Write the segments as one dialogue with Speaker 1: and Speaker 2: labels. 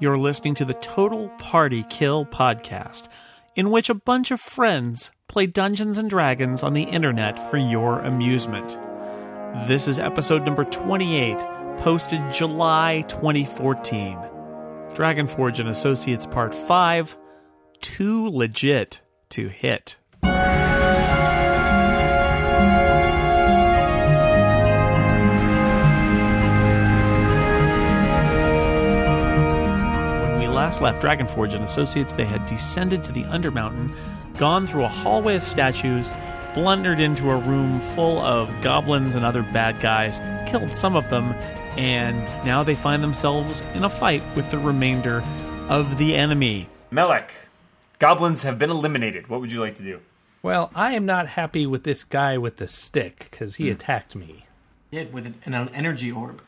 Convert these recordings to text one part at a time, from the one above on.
Speaker 1: You're listening to the Total Party Kill podcast, in which a bunch of friends play Dungeons and Dragons on the internet for your amusement. This is episode number 28, posted July 2014. Dragonforge and Associates Part 5 Too Legit to Hit. When we last left Dragonforge and Associates, they had descended to the Undermountain, gone through a hallway of statues, blundered into a room full of goblins and other bad guys, killed some of them, and now they find themselves in a fight with the remainder of the enemy.
Speaker 2: Melek, goblins have been eliminated. What would you like to do?
Speaker 3: Well, I am not happy with this guy with the stick because he attacked me.
Speaker 4: did with an, an energy orb.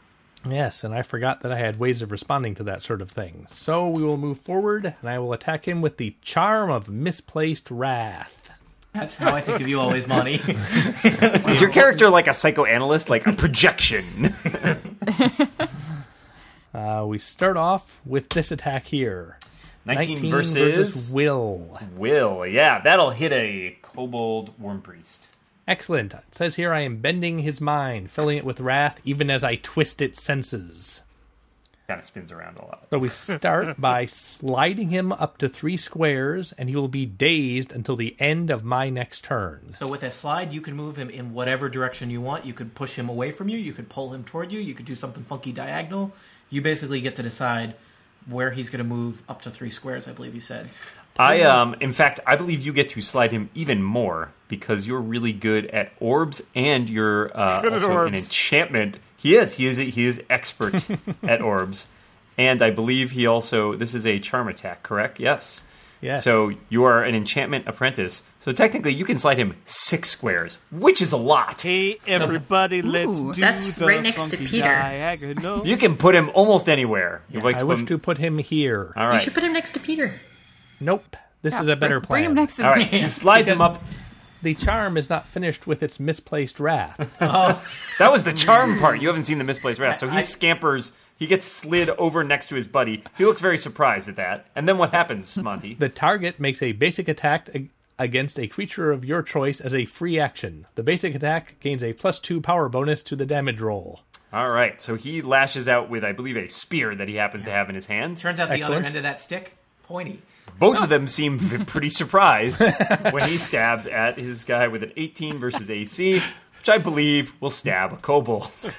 Speaker 3: Yes, and I forgot that I had ways of responding to that sort of thing. So we will move forward, and I will attack him with the charm of misplaced wrath.
Speaker 4: That's how I think of you always, Monty.
Speaker 2: Is your character like a psychoanalyst, like a projection?
Speaker 3: Uh, we start off with this attack here.
Speaker 2: 19,
Speaker 3: 19
Speaker 2: versus,
Speaker 3: versus will.
Speaker 2: Will. Yeah, that'll hit a kobold worm priest.
Speaker 3: Excellent. It says here I am bending his mind, filling it with wrath, even as I twist its senses.
Speaker 2: Kind of spins around a lot.
Speaker 3: So we start by sliding him up to three squares, and he will be dazed until the end of my next turn.
Speaker 4: so with a slide, you can move him in whatever direction you want. You could push him away from you. You could pull him toward you. You could do something funky diagonal. You basically get to decide where he's going to move up to three squares. I believe you said.
Speaker 2: I um, in fact, I believe you get to slide him even more because you're really good at orbs and you're uh,
Speaker 5: Good at
Speaker 2: also an
Speaker 5: orbs.
Speaker 2: enchantment. He is. He is. He is expert at orbs, and I believe he also. This is a charm attack, correct? Yes.
Speaker 3: Yes.
Speaker 2: So you are an enchantment apprentice. So technically, you can slide him six squares, which is a lot.
Speaker 5: Hey, everybody, let's
Speaker 6: Ooh,
Speaker 5: do
Speaker 6: that's
Speaker 5: the
Speaker 6: right next to
Speaker 5: funky
Speaker 6: Peter.
Speaker 5: diagonal.
Speaker 2: You can put him almost anywhere. You'd like
Speaker 3: I
Speaker 2: to
Speaker 3: wish
Speaker 2: put
Speaker 3: to
Speaker 2: him-
Speaker 3: put him here.
Speaker 2: All
Speaker 6: You
Speaker 2: right.
Speaker 6: should put him next to Peter.
Speaker 3: Nope. This is a better
Speaker 6: bring,
Speaker 3: plan.
Speaker 6: Bring him next to
Speaker 2: All right.
Speaker 6: me.
Speaker 2: He slides him up.
Speaker 3: The charm is not finished with its misplaced wrath.
Speaker 2: That was the charm part. You haven't seen the misplaced rat. So he
Speaker 4: I-
Speaker 2: scampers. He gets slid over next to his buddy. He looks very surprised at that. And then what happens, Monty?
Speaker 3: the target makes a basic attack ag- against a creature of your choice as a free action. The basic attack gains a plus two power bonus to the damage roll.
Speaker 2: All right. So he lashes out with, I believe, a spear that he happens to have in his hand.
Speaker 4: Turns out the
Speaker 3: Excellent.
Speaker 4: other end of that stick pointy.
Speaker 2: Both of them seem v- pretty surprised when he stabs at his guy with an 18 versus AC, which I believe will stab a kobold. So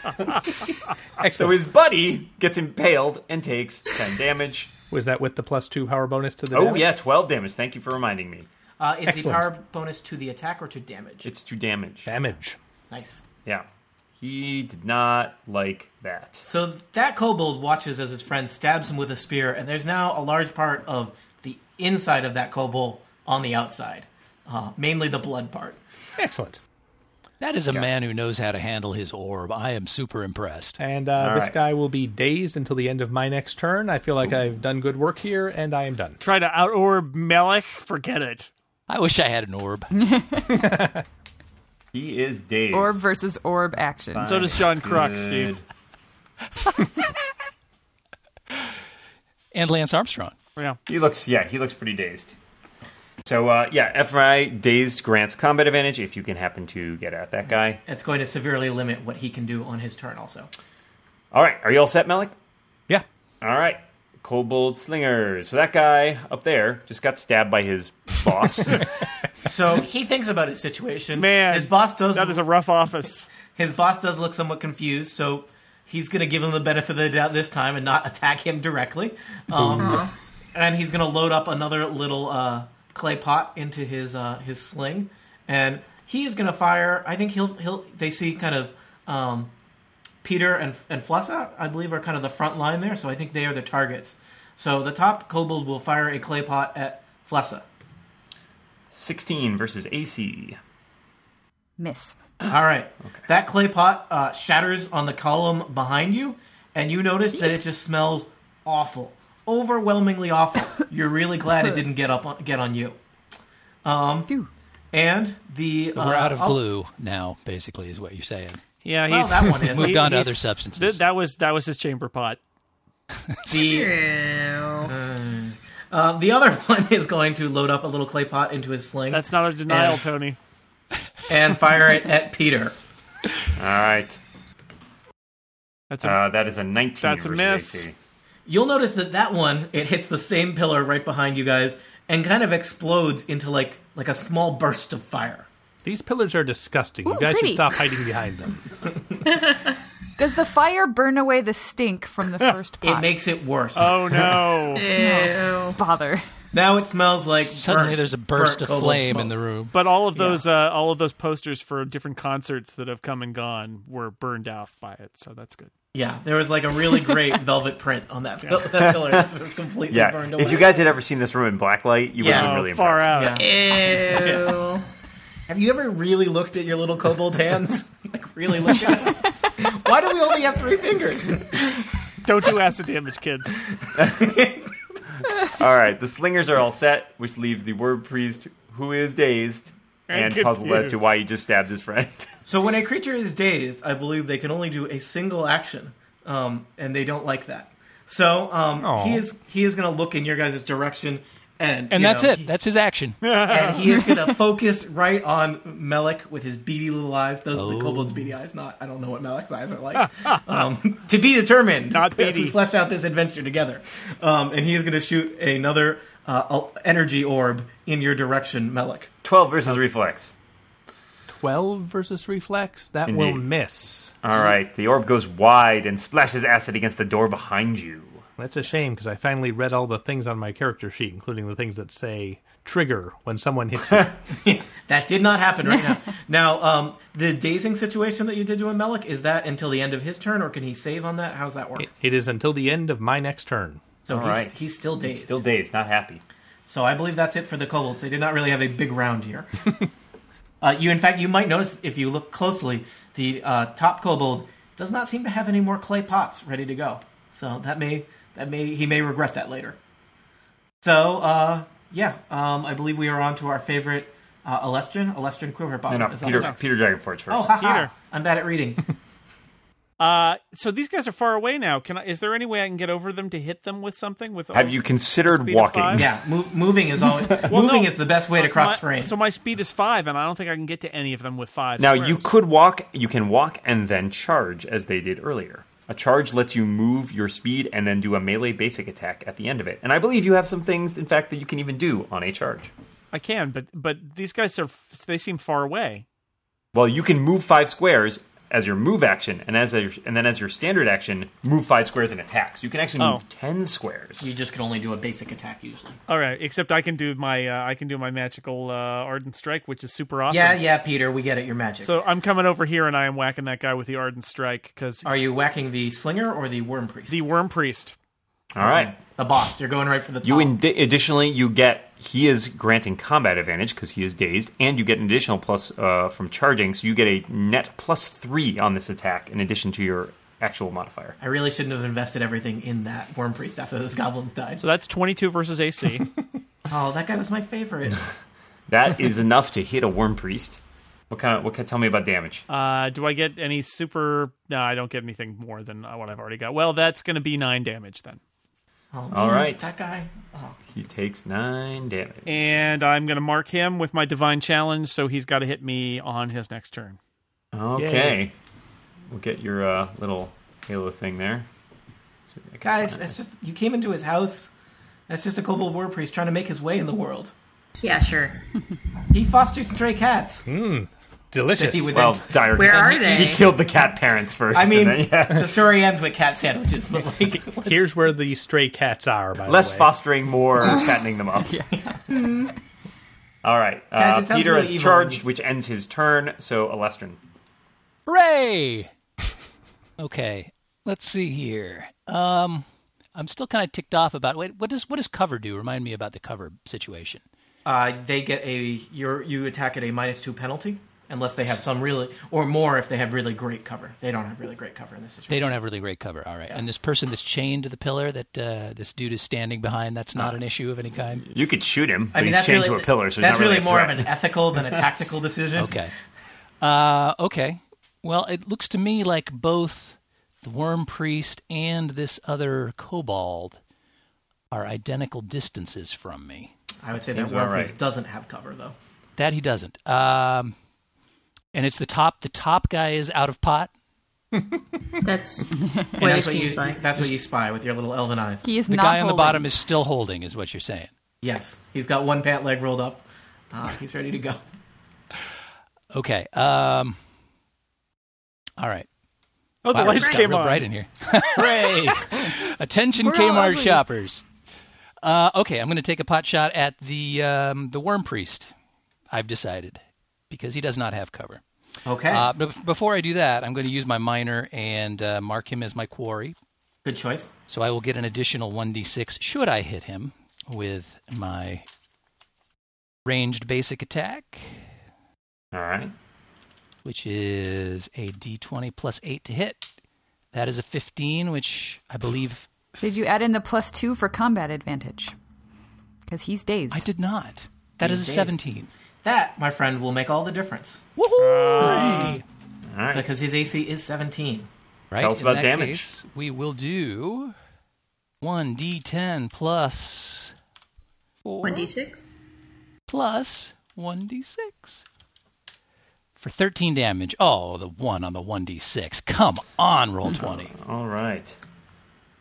Speaker 3: Excellent.
Speaker 2: his buddy gets impaled and takes 10 damage.
Speaker 3: Was that with the plus two power bonus to the
Speaker 2: Oh,
Speaker 3: damage?
Speaker 2: yeah, 12 damage. Thank you for reminding me.
Speaker 4: Uh, is
Speaker 3: Excellent.
Speaker 4: the power bonus to the attack or to damage?
Speaker 2: It's 2 damage.
Speaker 3: Damage.
Speaker 4: nice.
Speaker 2: Yeah. He did not like that.
Speaker 4: So that kobold watches as his friend stabs him with a spear, and there's now a large part of the inside of that kobold on the outside, uh, mainly the blood part.
Speaker 3: Excellent.
Speaker 7: That is a man who knows how to handle his orb. I am super impressed.
Speaker 3: And uh,
Speaker 2: All
Speaker 3: this
Speaker 2: right.
Speaker 3: guy will be dazed until the end of my next turn. I feel like I've done good work here, and I am done.
Speaker 5: Try to out orb Melech? Forget it.
Speaker 7: I wish I had an orb.
Speaker 2: He is dazed.
Speaker 6: Orb versus orb action.
Speaker 5: So does John Kruk, Steve.
Speaker 7: and Lance Armstrong.
Speaker 5: Yeah.
Speaker 2: He looks, yeah, he looks pretty dazed. So, uh, yeah, FMI dazed grants combat advantage if you can happen to get at that guy.
Speaker 4: It's going to severely limit what he can do on his turn, also.
Speaker 2: All right, are you all set, Malik?
Speaker 3: Yeah.
Speaker 2: All right, Kobold Slinger. So that guy up there just got stabbed by his boss.
Speaker 4: So he thinks about his situation.
Speaker 5: Man,
Speaker 4: his boss does.
Speaker 5: That is a rough office.
Speaker 4: his boss does look somewhat confused. So he's going to give him the benefit of the doubt this time and not attack him directly. Um, and he's going to load up another little uh, clay pot into his uh, his sling, and he is going to fire. I think he'll he'll. They see kind of. Um, Peter and and Flossa, I believe, are kind of the front line there, so I think they are the targets. So the top kobold will fire a clay pot at Flossa.
Speaker 2: 16 versus AC.
Speaker 6: Miss.
Speaker 4: All right. That clay pot uh, shatters on the column behind you, and you notice that it just smells awful, overwhelmingly awful. You're really glad it didn't get up on, get on you. Um,
Speaker 6: Phew.
Speaker 4: And the uh,
Speaker 7: We're out of
Speaker 4: oh,
Speaker 7: glue now, basically, is what you're saying.
Speaker 5: Yeah,
Speaker 4: Well,
Speaker 5: he's
Speaker 4: that one is.
Speaker 7: Moved on to
Speaker 5: he's-
Speaker 7: other substances.
Speaker 5: th- that was that was his chamber pot.
Speaker 4: The, uh, the other one is going to load up a little clay pot into his sling
Speaker 5: That's not a denial,
Speaker 4: And-
Speaker 5: Tony.
Speaker 4: and fire it at Peter.
Speaker 2: All right.
Speaker 5: That's a,
Speaker 2: Uh, that is a 19.
Speaker 5: That's a
Speaker 2: versus
Speaker 5: miss.
Speaker 2: AC.
Speaker 4: You'll notice that that one it hits the same pillar right behind you guys and kind of explodes into like like a small burst of fire.
Speaker 3: These pillars are disgusting. you
Speaker 6: Ooh,
Speaker 3: guys
Speaker 6: pretty.
Speaker 3: should stop hiding behind them.
Speaker 6: Does the fire burn away the stink from the first pot?
Speaker 4: It makes it worse.
Speaker 5: oh no!
Speaker 6: bother.
Speaker 4: now it smells like
Speaker 7: Suddenly
Speaker 4: burnt-
Speaker 7: there's a burst
Speaker 4: burnt
Speaker 7: of
Speaker 4: cobalt
Speaker 7: flame
Speaker 4: smoke.
Speaker 7: in the room.
Speaker 5: but all of those uh, all of those posters for different concerts that have come and gone were burned off by it, so that's good.
Speaker 4: Yeah, there was like a really great velvet print on that, that pillar. It's just completely
Speaker 2: Yeah.
Speaker 4: burned away.
Speaker 2: If you guys had ever seen this room in blacklight, you would have
Speaker 4: Yeah.
Speaker 2: been
Speaker 5: Oh,
Speaker 2: really
Speaker 5: far
Speaker 2: impressed.
Speaker 5: out.
Speaker 4: Yeah. Have you ever really looked at your little kobold hands? like really look at them? Why do we only have three fingers?
Speaker 5: Don't do acid damage, kids.
Speaker 2: All right. The slingers are all set, which leaves the word priest, who is dazed and,
Speaker 5: And
Speaker 2: puzzled as to
Speaker 5: confused.
Speaker 2: why he just stabbed his friend.
Speaker 4: So when a creature is dazed, I believe they can only do a single action, um, and they don't like that. So um,
Speaker 3: Aw.
Speaker 4: he is he is going to look in your guys' direction, and
Speaker 7: And
Speaker 4: you
Speaker 7: that's
Speaker 4: know,
Speaker 7: it.
Speaker 4: he-
Speaker 7: That's his action.
Speaker 5: Oh.
Speaker 4: and he is going to focus right on Melek with his beady little eyes. Those
Speaker 2: Oh.
Speaker 4: are the kobold's beady eyes. Not I don't know what Melek's eyes are like. um, to be determined.
Speaker 5: Not
Speaker 4: as
Speaker 5: beady.
Speaker 4: we fleshed out this adventure together, um, and he is going to shoot another uh, el- energy orb in your direction, Melek.
Speaker 2: 12 versus reflex.
Speaker 3: 12 versus reflex? That will
Speaker 2: Indeed.
Speaker 3: miss.
Speaker 2: All right. The orb goes wide and splashes acid against the door behind you.
Speaker 3: That's a shame because I finally read all the things on my character sheet, including the things that say trigger when someone hits you.
Speaker 4: That did not happen right now. now, um, the dazing situation that you did to a Melek is that until the end of his turn, or can he save on that? How's that work?
Speaker 3: it is until the end of my next turn.
Speaker 4: so
Speaker 2: All
Speaker 4: he's,
Speaker 2: right.
Speaker 4: he's still dazed.
Speaker 2: Still dazed, not happy.
Speaker 4: So I believe that's it for the kobolds. They did not really have a big round here. uh, you, in fact, you might notice if you look closely, the uh, top kobold does not seem to have any more clay pots ready to go. So that may that may he may regret that later. So uh, yeah, um, I believe we are on to our favorite uh, Alestrian, Alestrian quiver bot.
Speaker 2: No, no,
Speaker 4: Oh, is on
Speaker 2: Peter,
Speaker 4: next.
Speaker 2: Peter Dragonforge first.
Speaker 4: Oh, ha, ha.
Speaker 5: Peter.
Speaker 4: I'm bad at reading.
Speaker 5: Uh, so these guys are far away now. Can I, is there any way I can get over them to hit them with something? With oh,
Speaker 2: Have you considered
Speaker 5: Speed of
Speaker 2: walking?
Speaker 5: five?
Speaker 4: yeah, move, moving is always moving
Speaker 5: no. Uh,
Speaker 4: is the best way to cross
Speaker 5: my,
Speaker 4: terrain.
Speaker 5: So my speed is five, and I don't think I can get to any of them with five.
Speaker 2: Now
Speaker 5: squares.
Speaker 2: you could walk. You can walk and then charge as they did earlier. A charge lets you move your speed and then do a melee basic attack at the end of it. And I believe you have some things, in fact, that you can even do on a charge.
Speaker 5: I can, but but these guys are they seem far away.
Speaker 2: Well, you can move five squares as your move action, and as a, and then as your standard action, move five squares and attack. So you can actually move
Speaker 5: Oh.
Speaker 2: ten squares.
Speaker 4: you just can only do a basic attack usually.
Speaker 5: All right, except I can do my uh, I can do my magical uh, ardent strike, which is super awesome.
Speaker 4: Yeah, yeah, Peter, we get it. You're magic.
Speaker 5: So I'm coming over here and I am whacking that guy with the ardent strike because
Speaker 4: Are you whacking the slinger or the worm priest?
Speaker 5: the worm priest.
Speaker 2: All right.
Speaker 4: the boss. You're going right for the top.
Speaker 2: You in- additionally you get he is granting combat advantage because he is dazed, and you get an additional plus uh, from charging, so you get a net plus three on this attack in addition to your actual modifier.
Speaker 4: I really shouldn't have invested everything in that worm priest after those goblins died.
Speaker 5: So that's 22 versus AC.
Speaker 4: Oh, that guy was my favorite.
Speaker 2: That is enough to hit a worm priest. What kind of what kind, tell me about damage?
Speaker 5: uh, do I get any super? No, I don't get anything more than what I've already got. Well, that's going to be nine damage then,
Speaker 4: Oh, man,
Speaker 2: All right.
Speaker 4: that guy. Oh,
Speaker 2: He takes nine damage.
Speaker 5: and I'm going to mark him with my divine challenge. So he's got to hit me on his next turn.
Speaker 2: Okay. We'll get your uh, little halo thing there. So I can
Speaker 4: guys,
Speaker 2: find
Speaker 4: that's just you came into his house. That's just a kobold worm priest trying to make his way in the world.
Speaker 8: Yeah, sure.
Speaker 4: He fosters stray cats.
Speaker 2: Hmm.
Speaker 3: Delicious.
Speaker 4: He would
Speaker 2: it. Well, dire.
Speaker 8: Where are they?
Speaker 2: He killed the cat parents first.
Speaker 4: I mean,
Speaker 2: and then- yeah.
Speaker 4: the story ends with cat sandwiches, but like, let's-
Speaker 3: Here's where the stray cats are, by
Speaker 2: less
Speaker 3: the way.
Speaker 2: fostering, more fattening them up. All right,
Speaker 4: Guys,
Speaker 2: uh,
Speaker 4: it sounds
Speaker 2: Peter
Speaker 4: really
Speaker 2: is
Speaker 4: evil.
Speaker 2: charged, which ends his turn. So Alestrin,
Speaker 7: Hooray! okay, let's see here. Um, I'm still kind of ticked off about. Wait, what does what does cover do? Remind me about the cover situation.
Speaker 4: uh, they get a you're, you attack at a minus two penalty unless they have some really or more if they have really great cover. They don't have really great cover in this situation.
Speaker 7: They don't have really great cover. All right, and this person that's chained to the pillar that uh, this dude is standing behind. That's
Speaker 4: Uh-huh.
Speaker 7: not an issue of any kind.
Speaker 2: you could shoot him, but
Speaker 4: I mean,
Speaker 2: he's
Speaker 4: that's
Speaker 2: chained
Speaker 4: really,
Speaker 2: to a pillar, so he's
Speaker 4: that's
Speaker 2: not really, a
Speaker 4: more of
Speaker 2: threat.
Speaker 4: an ethical than a tactical decision.
Speaker 7: Okay. Uh, okay. Well, it looks to me like both the worm priest and this other kobold are identical distances from me.
Speaker 4: I would say that
Speaker 2: Seems
Speaker 4: Worm
Speaker 2: about right.
Speaker 4: Priest doesn't have cover though.
Speaker 7: That he doesn't. Um, and it's the top. The top guy is out of pot.
Speaker 8: That's
Speaker 4: And
Speaker 8: what it
Speaker 4: that's what you
Speaker 8: seems like.
Speaker 4: that's what you spy with your little elven eyes.
Speaker 6: He is
Speaker 7: The
Speaker 6: not
Speaker 7: guy on the
Speaker 6: holding.
Speaker 7: bottom is still holding, is what you're saying.
Speaker 4: Yes, he's got one pant leg rolled up. Uh, he's ready to go.
Speaker 7: Okay. Um, all right.
Speaker 5: Oh, the
Speaker 7: Wow,
Speaker 5: lights
Speaker 7: it's got
Speaker 5: came
Speaker 7: real
Speaker 5: on.
Speaker 7: bright in here. Hooray! Attention,
Speaker 6: We're all
Speaker 7: Kmart
Speaker 6: ugly.
Speaker 7: shoppers. Uh, okay, I'm going to take a pot shot at the um, the worm priest. I've decided because he does not have cover.
Speaker 4: Okay,
Speaker 7: Uh, but bef- before I do that, I'm going to use my miner and uh, mark him as my quarry.
Speaker 4: good choice.
Speaker 7: So I will get an additional 1d6 should I hit him with my ranged basic attack,
Speaker 2: All right.
Speaker 7: which is a d20 plus 8 to hit. That is a 15, which I believe
Speaker 6: Did you add in the plus two for combat advantage? Because he's dazed.
Speaker 7: I did not. That is a
Speaker 4: These days.
Speaker 7: 17.
Speaker 4: That, my friend, will make all the difference
Speaker 7: Woohoo!
Speaker 2: All right.
Speaker 4: because his AC is 17.
Speaker 7: right.
Speaker 2: Tell us
Speaker 7: in
Speaker 2: about
Speaker 7: that
Speaker 2: damage.
Speaker 7: case, we will do 1d10 plus 4.
Speaker 8: One d six.
Speaker 7: plus 1d6 for 13 damage. Oh, the 1 on the 1d6. Come on, roll 20.
Speaker 2: All right.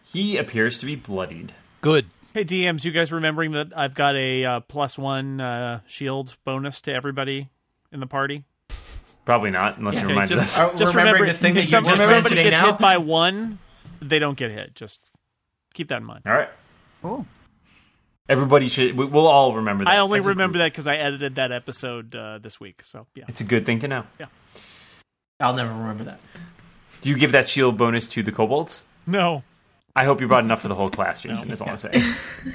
Speaker 2: He appears to be bloodied.
Speaker 7: Good.
Speaker 5: Hey DMs, you guys remembering that I've got a uh, plus one uh, shield bonus to everybody in the party?
Speaker 2: Probably not, unless you
Speaker 5: Okay,
Speaker 2: remind
Speaker 5: just,
Speaker 2: us.
Speaker 4: Are-
Speaker 5: just
Speaker 4: Oh, remembering
Speaker 5: remember
Speaker 4: this thing that
Speaker 5: if
Speaker 4: you
Speaker 5: some-
Speaker 4: just
Speaker 5: if somebody
Speaker 4: mentioned
Speaker 5: gets
Speaker 4: now?
Speaker 5: hit by one, they don't get hit. Just keep that in mind.
Speaker 2: All right.
Speaker 6: Oh.
Speaker 2: Everybody should. we- We'll all remember that.
Speaker 5: I only
Speaker 2: as a group.
Speaker 5: remember that because I edited that episode uh, this week. So yeah,
Speaker 2: It's a good thing to know.
Speaker 4: I'll never remember that.
Speaker 2: Do you give that shield bonus to the kobolds?
Speaker 5: no,
Speaker 2: I hope you brought enough for the whole class, Jason. That's all I'm saying.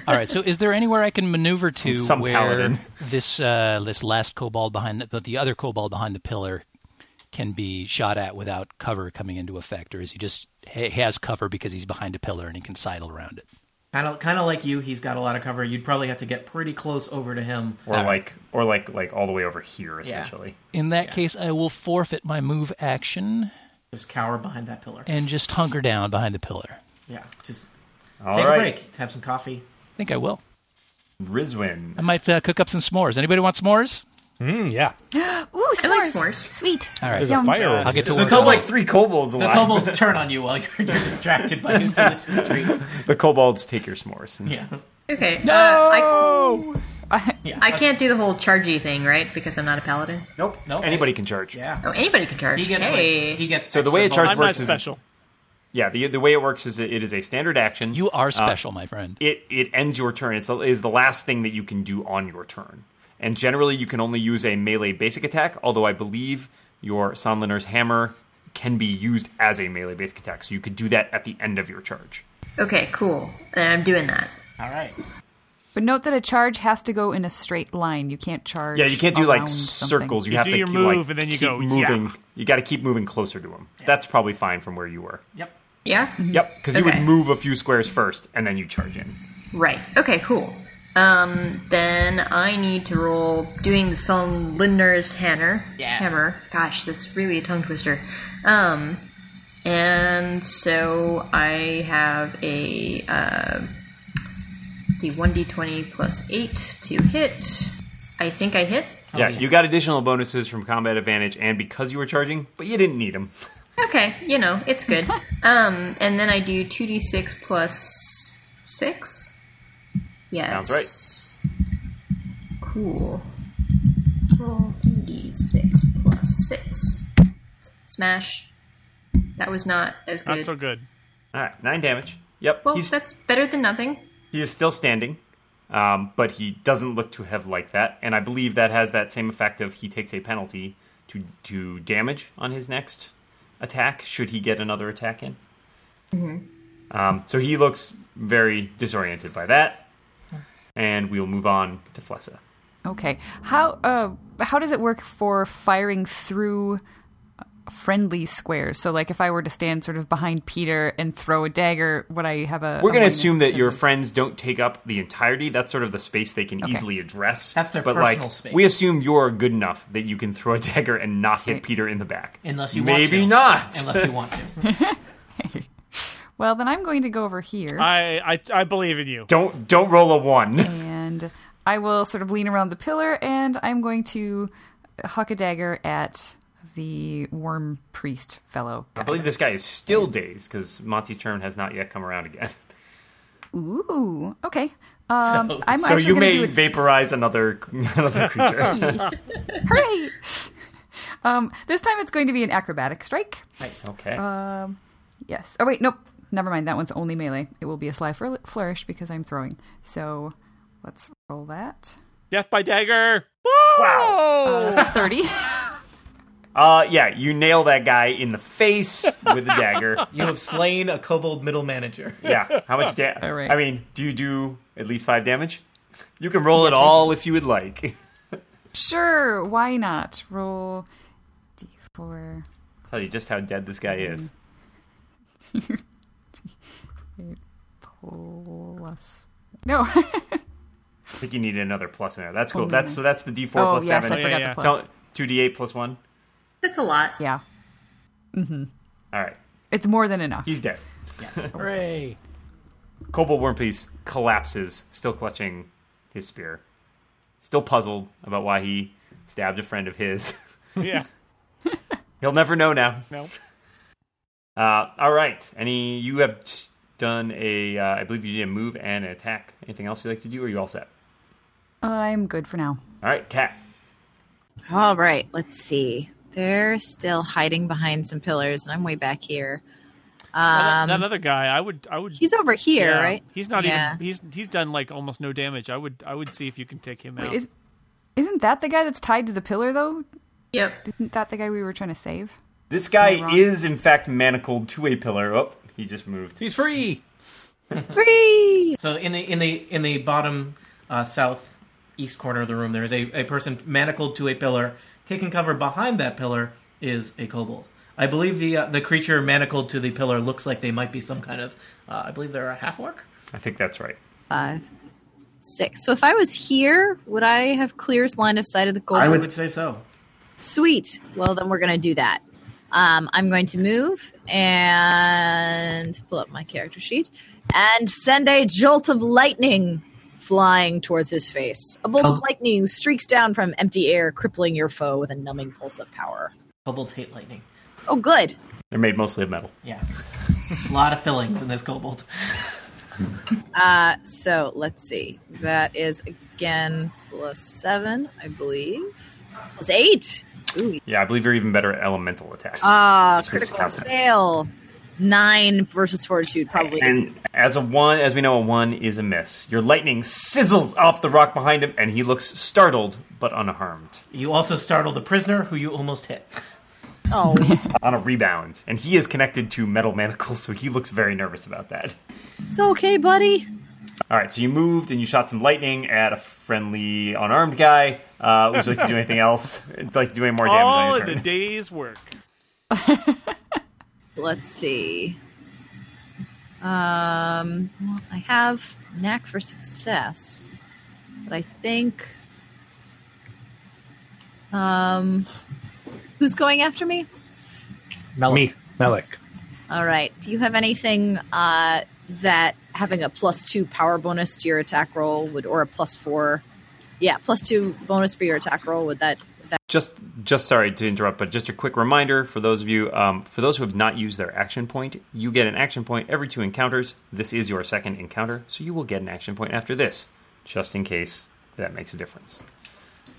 Speaker 7: All right, so is there anywhere I can maneuver to
Speaker 2: some
Speaker 7: where
Speaker 2: paladin.
Speaker 7: this uh, this last kobold behind the but the other kobold behind the pillar can be shot at without cover coming into effect or is he just he has cover because he's behind a pillar and he can sidle around it?
Speaker 4: Kind of, kind of like you, he's got a lot of cover. You'd probably have to get pretty close over to him.
Speaker 2: Or like, or like, like all the way over here, essentially.
Speaker 7: In that case, I will forfeit my move action
Speaker 4: Just cower behind that pillar.
Speaker 7: and just hunker down behind the pillar.
Speaker 4: Yeah, just
Speaker 2: All right,
Speaker 4: take a break, have some coffee.
Speaker 7: I think I will. I
Speaker 2: Rizwin.
Speaker 7: might uh, cook up some s'mores. Anybody want s'mores?
Speaker 3: Mm, yeah.
Speaker 6: Ooh, s'mores.
Speaker 8: I like s'mores.
Speaker 6: Sweet.
Speaker 7: All right.
Speaker 3: There's a fire.
Speaker 7: I'll get to
Speaker 2: There's
Speaker 7: work.
Speaker 2: not
Speaker 7: on
Speaker 2: like
Speaker 7: it.
Speaker 2: three kobolds
Speaker 4: The
Speaker 2: alive.
Speaker 4: kobolds turn on you while you're, you're distracted by these delicious treats.
Speaker 2: the kobolds take your s'mores. and-
Speaker 4: Yeah,
Speaker 8: Okay. No. Uh,
Speaker 4: yeah.
Speaker 8: I, I can't do the whole chargy thing, right? Because I'm not a paladin.
Speaker 2: Nope.
Speaker 4: Nope.
Speaker 2: Anybody can charge.
Speaker 4: yeah.
Speaker 8: Oh, anybody can charge.
Speaker 4: He gets
Speaker 8: hey.
Speaker 4: like, he gets.
Speaker 2: So the way it
Speaker 4: extra
Speaker 2: charges
Speaker 5: I'm
Speaker 4: bonus.
Speaker 5: not
Speaker 2: works is-
Speaker 5: special.
Speaker 2: Yeah. The the way it works is it, it is a standard action.
Speaker 7: You are
Speaker 2: Uh,
Speaker 7: special, my friend.
Speaker 2: it it ends your turn. It's the, is the last thing that you can do on your turn. And generally, you can only use a melee basic attack. Although I believe your Sonliner's hammer can be used as a melee basic attack, so you could do that at the end of your charge.
Speaker 8: Okay, cool. Then I'm doing that.
Speaker 4: all right.
Speaker 6: But note that a charge has to go in a straight line. You can't charge.
Speaker 2: Yeah, you can't do like
Speaker 6: around something.
Speaker 2: circles. You,
Speaker 5: You
Speaker 2: have
Speaker 5: do
Speaker 2: to
Speaker 5: your
Speaker 2: keep,
Speaker 5: move
Speaker 2: like,
Speaker 5: and then you
Speaker 2: keep
Speaker 5: go, yeah.
Speaker 2: moving. You got to keep moving closer to him. That's probably fine from where you were.
Speaker 4: Yep.
Speaker 8: Yeah.
Speaker 6: Mm-hmm.
Speaker 2: Yep, because you would
Speaker 8: Okay.
Speaker 2: move a few squares first, and then you charge in.
Speaker 8: Right. Okay. Cool. Um. Then I need to roll doing the song Lindner's Hammer.
Speaker 4: Yeah.
Speaker 8: Hammer. Gosh, that's really a tongue twister. Um. And so I have a uh, let's see, one d twenty plus eight to hit. I think I hit.
Speaker 2: yeah, you got additional bonuses from combat advantage, and because you were charging, but you didn't need them.
Speaker 8: Okay. You know, it's good. um. And then I do two d six plus six. Yes.
Speaker 2: Sounds right.
Speaker 8: Cool. Roll 2d6 plus 6. Smash. That was not as good.
Speaker 5: Not so good.
Speaker 2: All right, nine damage. Yep,
Speaker 8: well,
Speaker 2: he's
Speaker 8: that's better than nothing.
Speaker 2: He is still standing, um, but he doesn't look to have liked that, and I believe that has that same effect of he takes a penalty to to damage on his next attack should he get another attack in.
Speaker 4: Mm-hmm.
Speaker 2: Um, so he looks very disoriented by that, and we'll move on to Flessa.
Speaker 6: Okay. How uh how does it work for firing through friendly squares? So like if I were to stand sort of behind Peter and throw a dagger, would I have a
Speaker 2: We're going to
Speaker 6: to
Speaker 2: assume that your friends don't take up the entirety. That's sort of the space they can
Speaker 6: Okay.
Speaker 2: easily address.
Speaker 4: That's their
Speaker 2: but
Speaker 4: personal
Speaker 2: like,
Speaker 4: space.
Speaker 2: We assume you're good enough that you can throw a dagger and not hit Peter in the back.
Speaker 4: Unless you want
Speaker 2: maybe
Speaker 4: to.
Speaker 2: not.
Speaker 4: Unless you want to.
Speaker 6: Well, then I'm going to go over here.
Speaker 5: I, I I believe in you.
Speaker 2: Don't don't roll a one.
Speaker 6: and I will sort of lean around the pillar and I'm going to huck a dagger at the worm priest fellow.
Speaker 2: I
Speaker 6: Guy.
Speaker 2: believe this guy is still dazed because Monty's turn has not yet come around again.
Speaker 6: Ooh, okay. Um, I'm
Speaker 2: So
Speaker 6: actually
Speaker 2: you
Speaker 6: gonna do
Speaker 2: may
Speaker 6: it.
Speaker 2: vaporize another another creature.
Speaker 6: Hooray! Um, this time it's going to be an acrobatic strike.
Speaker 2: okay.
Speaker 6: Uh, Yes. Oh wait, nope. Never mind. That one's only melee. It will be a sly fl- flourish because I'm throwing. So let's roll that.
Speaker 5: Death by dagger.
Speaker 6: Thirty.
Speaker 2: Uh, yeah, you nail that guy in the face with a dagger.
Speaker 4: You have slain a kobold middle manager.
Speaker 2: Yeah. How much damage?
Speaker 6: All right.
Speaker 2: I mean, do you do at least five damage? You can roll it all if you would like.
Speaker 6: sure. Why not? Roll d4.
Speaker 2: Tell you just how dead this guy is.
Speaker 6: Mm-hmm. plus. No.
Speaker 2: I think you need another plus in there. That's cool.
Speaker 6: no.
Speaker 2: that's so that's the D four
Speaker 6: oh
Speaker 2: plus
Speaker 6: yes, I
Speaker 2: seven.
Speaker 6: forgot
Speaker 5: yeah.
Speaker 6: the plus.
Speaker 2: Tell two D eight plus one.
Speaker 8: That's a lot.
Speaker 6: yeah,
Speaker 2: All right,
Speaker 6: it's more than enough.
Speaker 2: he's dead.
Speaker 7: Hooray!
Speaker 2: Kobold Worm Piece collapses, still clutching his spear, still puzzled about why he stabbed a friend of his.
Speaker 5: Yeah.
Speaker 2: He'll never know now.
Speaker 5: No.
Speaker 2: Uh, all right. Any you have t- done a? Uh, I believe you did a move and an attack. Anything else you'd like to do? Or are you all set?
Speaker 6: I'm good for now.
Speaker 2: All right, cat.
Speaker 9: All right, let's see. They're still hiding behind some pillars, and I'm way back here.
Speaker 5: That- that other guy, I would I would
Speaker 9: Um, He's over here,
Speaker 5: yeah,
Speaker 9: right?
Speaker 5: He's not
Speaker 9: Yeah.
Speaker 5: even he's he's done like almost no damage. I would I would see if you can take him out.
Speaker 6: Is isn't that the guy that's tied to the pillar though?
Speaker 8: Yep.
Speaker 6: Isn't that the guy we were trying to save?
Speaker 2: This guy is in fact manacled to a pillar. Oh, he just moved.
Speaker 3: He's free.
Speaker 9: Free.
Speaker 4: So in the in the in the bottom uh, south east corner of the room, there is a, a person manacled to a pillar. Taking cover behind that pillar is a kobold. I believe the uh, the creature manacled to the pillar looks like they might be some kind of. Uh, I believe they're a half orc.
Speaker 2: I think that's right.
Speaker 9: Five, six. So if I was here, would I have clearest line of sight of the gold?
Speaker 4: I would say so.
Speaker 9: Sweet. Well, then we're going to do that. Um, I'm going to move and pull up my character sheet and send a jolt of lightning flying towards his face. A bolt of lightning streaks down from empty air, crippling your foe with a numbing pulse of power.
Speaker 4: Kobolds hate lightning.
Speaker 9: Oh, good.
Speaker 2: They're made mostly of metal.
Speaker 4: Yeah, a lot of fillings in this kobold.
Speaker 9: So let's see. That is again plus seven, I believe. Plus eight. Ooh,
Speaker 2: Yeah, I believe you're even better at elemental attacks.
Speaker 9: ah,
Speaker 2: Which is
Speaker 9: critical
Speaker 2: confidence.
Speaker 9: fail. Nine versus fortitude, probably.
Speaker 2: And as a one, as we know, a one is a miss. Your lightning sizzles off the rock behind him, and he looks startled but unharmed
Speaker 4: You also startle the prisoner, who you almost hit.
Speaker 9: Oh,
Speaker 2: on a rebound. And he is connected to metal manacles, so he looks very nervous about that.
Speaker 9: it's okay, buddy.
Speaker 2: All right, so you moved and you shot some lightning at a friendly unarmed guy. Uh, would you like to do anything else? Would you like to do any more damage
Speaker 5: all
Speaker 2: on
Speaker 5: in
Speaker 2: your
Speaker 5: a
Speaker 2: turn?
Speaker 5: day's work.
Speaker 9: Let's see. Um, well, I have knack for success, but I think. Um, who's going after me?
Speaker 3: Me, Malik.
Speaker 9: All right. Do you have anything uh, that having a plus two power bonus to your attack roll would, or a plus four? Yeah, plus two bonus for your attack roll. Would that? Would that
Speaker 2: just just sorry to interrupt, but just a quick reminder for those of you um, for those who have not used their action point, you get an action point every two encounters. This is your second encounter, so you will get an action point after this, just in case that makes a difference.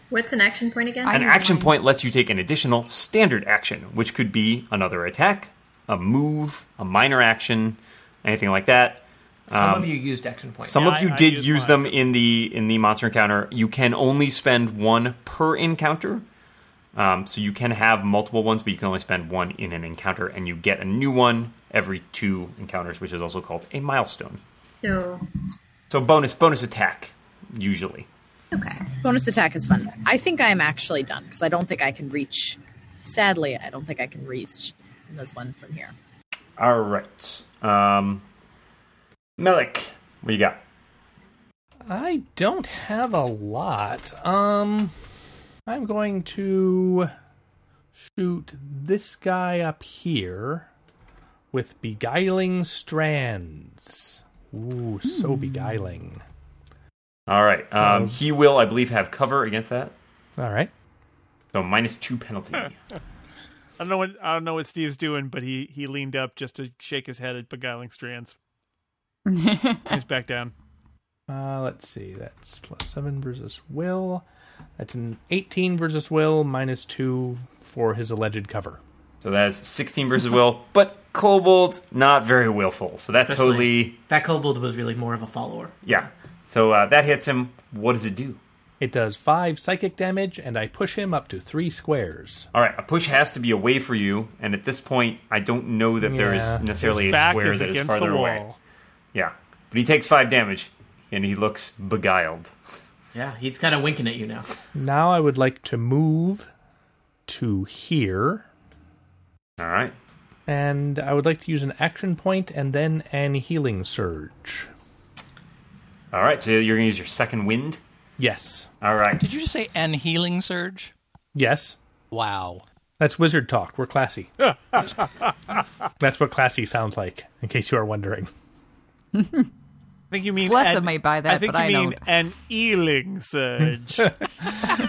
Speaker 8: What's an action point again?
Speaker 6: I-
Speaker 2: An action point lets you take an additional standard action, which could be another attack, a move, a minor action, anything like that.
Speaker 4: Some of you used action points.
Speaker 2: Um, Some
Speaker 5: I-
Speaker 2: of you
Speaker 5: I
Speaker 2: did
Speaker 5: used
Speaker 2: use
Speaker 5: mine.
Speaker 2: them in the in the monster encounter. You can only spend one per encounter. Um, so you can have multiple ones, but you can only spend one in an encounter, and you get a new one every two encounters, which is also called a milestone.
Speaker 8: so,
Speaker 2: So bonus bonus attack usually.
Speaker 8: okay.
Speaker 9: bonus attack is fun. I think I am actually done because I don't think I can reach. Sadly, I don't think I can reach this one from here.
Speaker 2: All right, um, Melik, what you got?
Speaker 3: I don't have a lot. Um, I'm going to shoot this guy up here with beguiling strands. Ooh, so beguiling.
Speaker 2: All right. Um, he will, I believe, have cover against that.
Speaker 3: All right.
Speaker 2: So minus two penalty.
Speaker 5: I don't know what I don't know what Steve's doing, but he he leaned up just to shake his head at beguiling strands. He's back down.
Speaker 3: Uh, let's see. That's plus seven versus Will. That's an 18 versus Will, minus two for his alleged cover.
Speaker 2: so that is 16 versus will, but Kobold's not very willful. So that
Speaker 4: Especially-
Speaker 2: totally,
Speaker 4: That kobold was really more of a follower.
Speaker 2: yeah. So uh, that hits him. What does it do?
Speaker 3: It does five psychic damage, and I push him up to three squares.
Speaker 2: All right, a push has to be away for you, and at this point, I don't know that there is
Speaker 3: Yeah.
Speaker 2: necessarily a
Speaker 5: back
Speaker 2: square
Speaker 5: is
Speaker 2: that is
Speaker 5: against the
Speaker 2: farther
Speaker 5: wall.
Speaker 2: away. Yeah, but he takes five damage, and he looks beguiled.
Speaker 4: Yeah, he's kind of winking at you now.
Speaker 3: Now I would like to move to here,
Speaker 2: All right,
Speaker 3: and I would like to use an action point and then an healing surge.
Speaker 2: all right. So you're gonna use your second wind.
Speaker 3: Yes.
Speaker 2: All right.
Speaker 7: Did you just say an healing surge?
Speaker 3: Yes.
Speaker 7: Wow.
Speaker 3: That's wizard talk. We're classy. That's what classy sounds like, in case you are wondering.
Speaker 5: I think you mean
Speaker 6: Blessa
Speaker 5: an-
Speaker 6: may buy that,
Speaker 5: I think
Speaker 6: but I
Speaker 5: you mean
Speaker 6: don't.
Speaker 5: an eeling surge.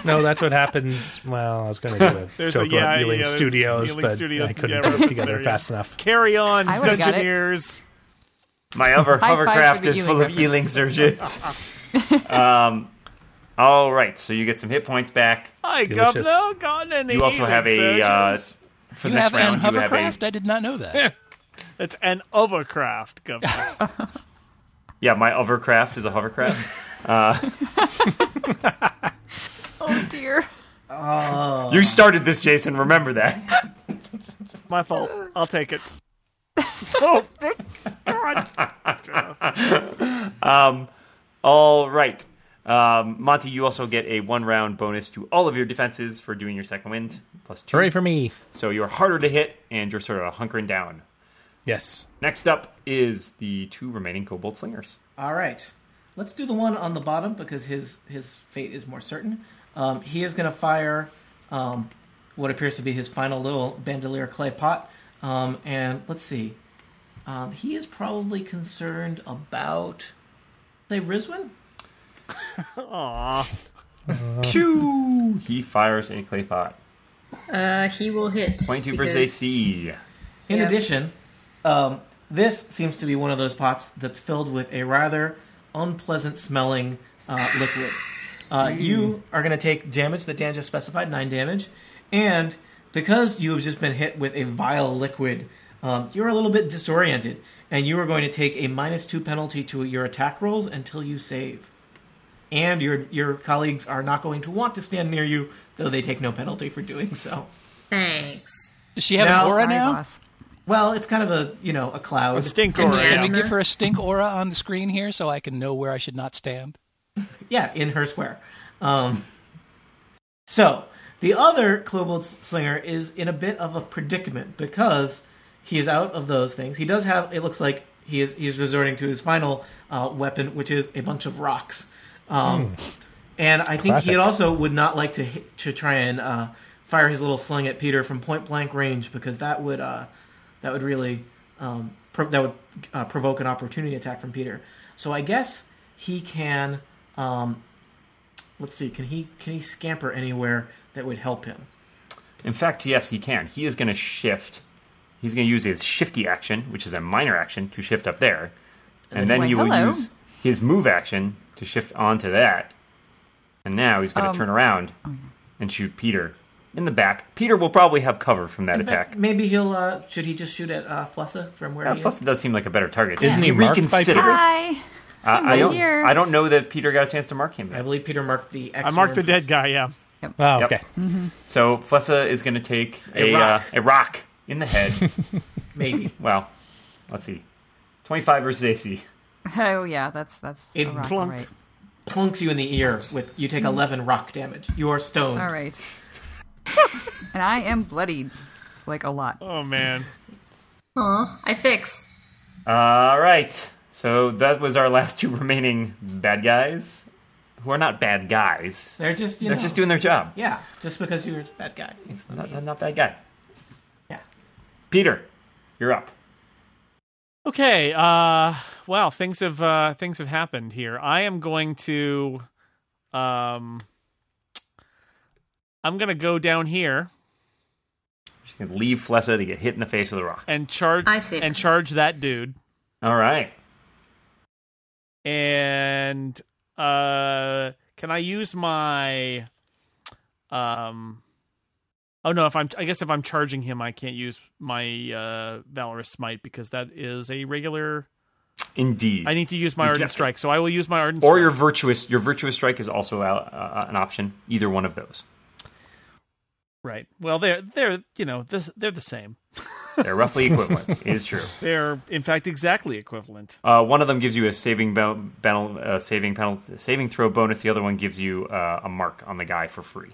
Speaker 3: No, that's what happens. Well, I was going to do a
Speaker 5: There's
Speaker 3: joke
Speaker 5: a- yeah,
Speaker 3: about Ealing
Speaker 5: yeah, there's
Speaker 3: Studios,
Speaker 5: Ealing
Speaker 3: but
Speaker 5: Studios,
Speaker 3: I couldn't
Speaker 5: yeah,
Speaker 3: put it
Speaker 5: right,
Speaker 3: together
Speaker 5: there you
Speaker 3: fast
Speaker 5: go.
Speaker 3: enough.
Speaker 5: Carry on,
Speaker 6: I would've got it.
Speaker 5: Dungeoneers.
Speaker 2: My other
Speaker 6: High five for
Speaker 2: hovercraft
Speaker 6: the
Speaker 2: is full
Speaker 6: Ealing
Speaker 2: of healing surges. um, all right, so you get some hit points back.
Speaker 5: I
Speaker 3: Delicious.
Speaker 5: governor got any
Speaker 2: You also have a uh,
Speaker 5: surges.
Speaker 2: for the
Speaker 7: you
Speaker 2: next
Speaker 7: have
Speaker 2: round.
Speaker 7: an
Speaker 2: You have a
Speaker 7: hovercraft? I did not know that.
Speaker 5: It's an overcraft, governor.
Speaker 2: yeah. My hovercraft is a hovercraft.
Speaker 6: Oh dear.
Speaker 2: you started this, Jason. Remember that.
Speaker 5: My fault. I'll take it. Oh, God.
Speaker 2: All right. Um, Monty, you also get a one round bonus to all of your defenses for doing your second wind, plus two.
Speaker 3: Hooray for me.
Speaker 2: So you're harder to hit, and you're sort of hunkering down.
Speaker 3: Yes.
Speaker 2: Next up is the two remaining Kobold Slingers.
Speaker 4: All right, let's do the one on the bottom because his his fate is more certain. Um, he is going to fire um, what appears to be his final little bandolier clay pot, um, and let's see. Um, he is probably concerned about say Rizwin.
Speaker 2: Pew! He fires a clay pot.
Speaker 8: Uh, he will hit.
Speaker 2: 22
Speaker 8: because-
Speaker 2: versus E. AC.
Speaker 4: In
Speaker 8: Yeah.
Speaker 4: addition, um, this seems to be one of those pots that's filled with a rather unpleasant smelling uh, liquid. Uh, You are going to take damage that Dan just specified, nine damage, and because you have just been hit with a vile liquid, um, you're a little bit disoriented, and you are going to take a minus two penalty to your attack rolls until you save. And your your colleagues are not going to want to stand near you, though they take no penalty for doing so.
Speaker 8: Thanks.
Speaker 7: Does she have
Speaker 4: Now-
Speaker 7: an aura
Speaker 6: Sorry,
Speaker 7: now?
Speaker 6: boss.
Speaker 4: Well, it's kind of a you know a cloud.
Speaker 5: Stink
Speaker 8: And
Speaker 5: aura.
Speaker 8: the
Speaker 5: yeah.
Speaker 7: Can
Speaker 8: asthma.
Speaker 7: you give her a stink aura on the screen here so I can know where I should not stand?
Speaker 4: yeah, in her square. Um, so the other Kobold Slinger is in a bit of a predicament because he is out of those things. He does have. It looks like he is. He's resorting to his final uh, weapon, which is a bunch of rocks. Um, And I think he
Speaker 3: Classic.
Speaker 4: also would not like to hit, to try and uh, fire his little sling at Peter from point blank range because that would uh, that would really um, pro- that would uh, provoke an opportunity attack from Peter. So I guess he can. Um, let's see. Can he can he scamper anywhere that would help him?
Speaker 2: In fact, yes, he can. He is going to shift. He's going to use his shifty action, which is a minor action, to shift up there. And then
Speaker 6: Like,
Speaker 2: he will
Speaker 6: hello.
Speaker 2: use his move action to shift onto that. And now he's going
Speaker 6: Oh.
Speaker 2: to turn around and shoot Peter in the back. Peter will probably have cover from that attack.
Speaker 4: Maybe he'll. Uh, should he just shoot at uh, Flessa from where
Speaker 2: Uh,
Speaker 4: he
Speaker 2: plus,
Speaker 4: is?
Speaker 2: it does seem like a better target.
Speaker 3: Isn't he marked by Peter?
Speaker 2: Uh,
Speaker 6: Hi.
Speaker 2: I, don't,
Speaker 6: here?
Speaker 2: I don't know that Peter got a chance to mark him.
Speaker 4: I
Speaker 2: Yet.
Speaker 4: believe Peter marked the. X
Speaker 5: I marked the dead guy, yeah.
Speaker 3: Oh,
Speaker 2: Yep.
Speaker 3: okay.
Speaker 6: Mm-hmm.
Speaker 2: So Flessa is going to take a,
Speaker 4: A rock.
Speaker 2: Uh, a rock in the head.
Speaker 4: Maybe
Speaker 2: well, let's see. 25 versus AC.
Speaker 6: Oh yeah, that's that's
Speaker 4: It
Speaker 6: a rock,
Speaker 5: plunk.
Speaker 6: All right.
Speaker 4: plunks you in the ear with. You take eleven rock damage. You are stoned.
Speaker 6: Mm. All right. and I am bloodied, like a lot.
Speaker 5: Oh, man.
Speaker 8: Aw, I fix.
Speaker 2: All right. So that was our last two remaining bad guys, who are not bad guys.
Speaker 4: They're just. You
Speaker 2: They're
Speaker 4: know,
Speaker 2: just doing their job.
Speaker 4: Yeah, just because you were a bad guy. It's not-
Speaker 2: Not, not, not bad guy.
Speaker 4: Yeah.
Speaker 2: Peter, you're up.
Speaker 5: Okay. Uh, wow. Things have uh, things have happened here. I am going to, um, I'm going to go down here
Speaker 2: She's gonna leave Flessa to get hit in the face with a rock.
Speaker 5: and charge
Speaker 8: I see.
Speaker 5: and charge that dude.
Speaker 2: All right.
Speaker 5: And uh, can I use my, um, oh no, if I'm I guess if I'm charging him, I can't use my uh, valorous smite because that is a regular.
Speaker 2: Indeed.
Speaker 5: I need to use my ardent
Speaker 2: got-
Speaker 5: strike, so I will use my ardent.
Speaker 2: or
Speaker 5: strike.
Speaker 2: your virtuous. Your virtuous strike is also out, uh, an option. Either one of those.
Speaker 5: Right. Well, they're they're you know this they're the same.
Speaker 2: They're roughly equivalent. it is true.
Speaker 5: They're in fact exactly equivalent.
Speaker 2: Uh, one of them gives you a saving bo- penal, uh, saving penalty, saving throw bonus. The other one gives you uh, a mark on the guy for free.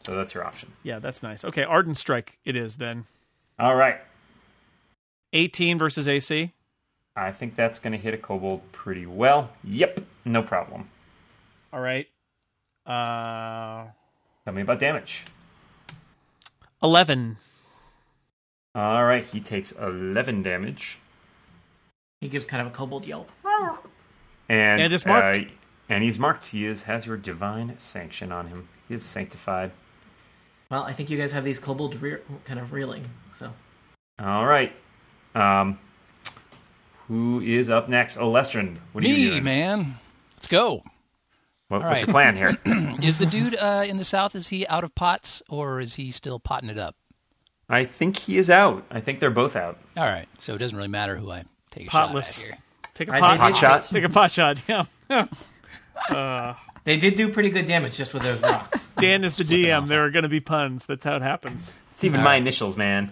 Speaker 2: So that's your option.
Speaker 5: Yeah, that's nice. Okay, Arden Strike it is then.
Speaker 2: All right.
Speaker 5: 18 versus AC.
Speaker 2: I think that's going to hit a kobold pretty well. Yep. No problem.
Speaker 5: All right. Uh
Speaker 2: Tell me about damage.
Speaker 5: 11.
Speaker 2: All right. He takes eleven damage.
Speaker 4: He gives kind of a kobold yelp.
Speaker 2: And,
Speaker 5: And it's marked.
Speaker 2: uh, and he's marked. He is has your divine sanction on him. He is sanctified.
Speaker 4: Well, I think you guys have these kobold re- kind of reeling. So
Speaker 2: All right. Um, who is up next? Oh, Lestrin. What are you
Speaker 7: Me,
Speaker 2: doing?
Speaker 7: man. Let's go.
Speaker 2: What,
Speaker 7: All
Speaker 2: what's
Speaker 7: right.
Speaker 2: your plan here?
Speaker 7: Is the dude uh, in the south? Is he out of pots, or is he still potting it up?
Speaker 2: I think he is out. I think they're both out.
Speaker 7: All right, so it doesn't really matter who I take a
Speaker 5: Potless.
Speaker 7: shot at here.
Speaker 5: Take a
Speaker 4: I
Speaker 5: pot,
Speaker 4: did- Pot
Speaker 2: shot.
Speaker 5: Take a pot shot. Yeah.
Speaker 4: they did do pretty good damage just with those rocks.
Speaker 5: Dan is the DM. There are going to be puns. That's how it happens.
Speaker 2: It's even my initials, man.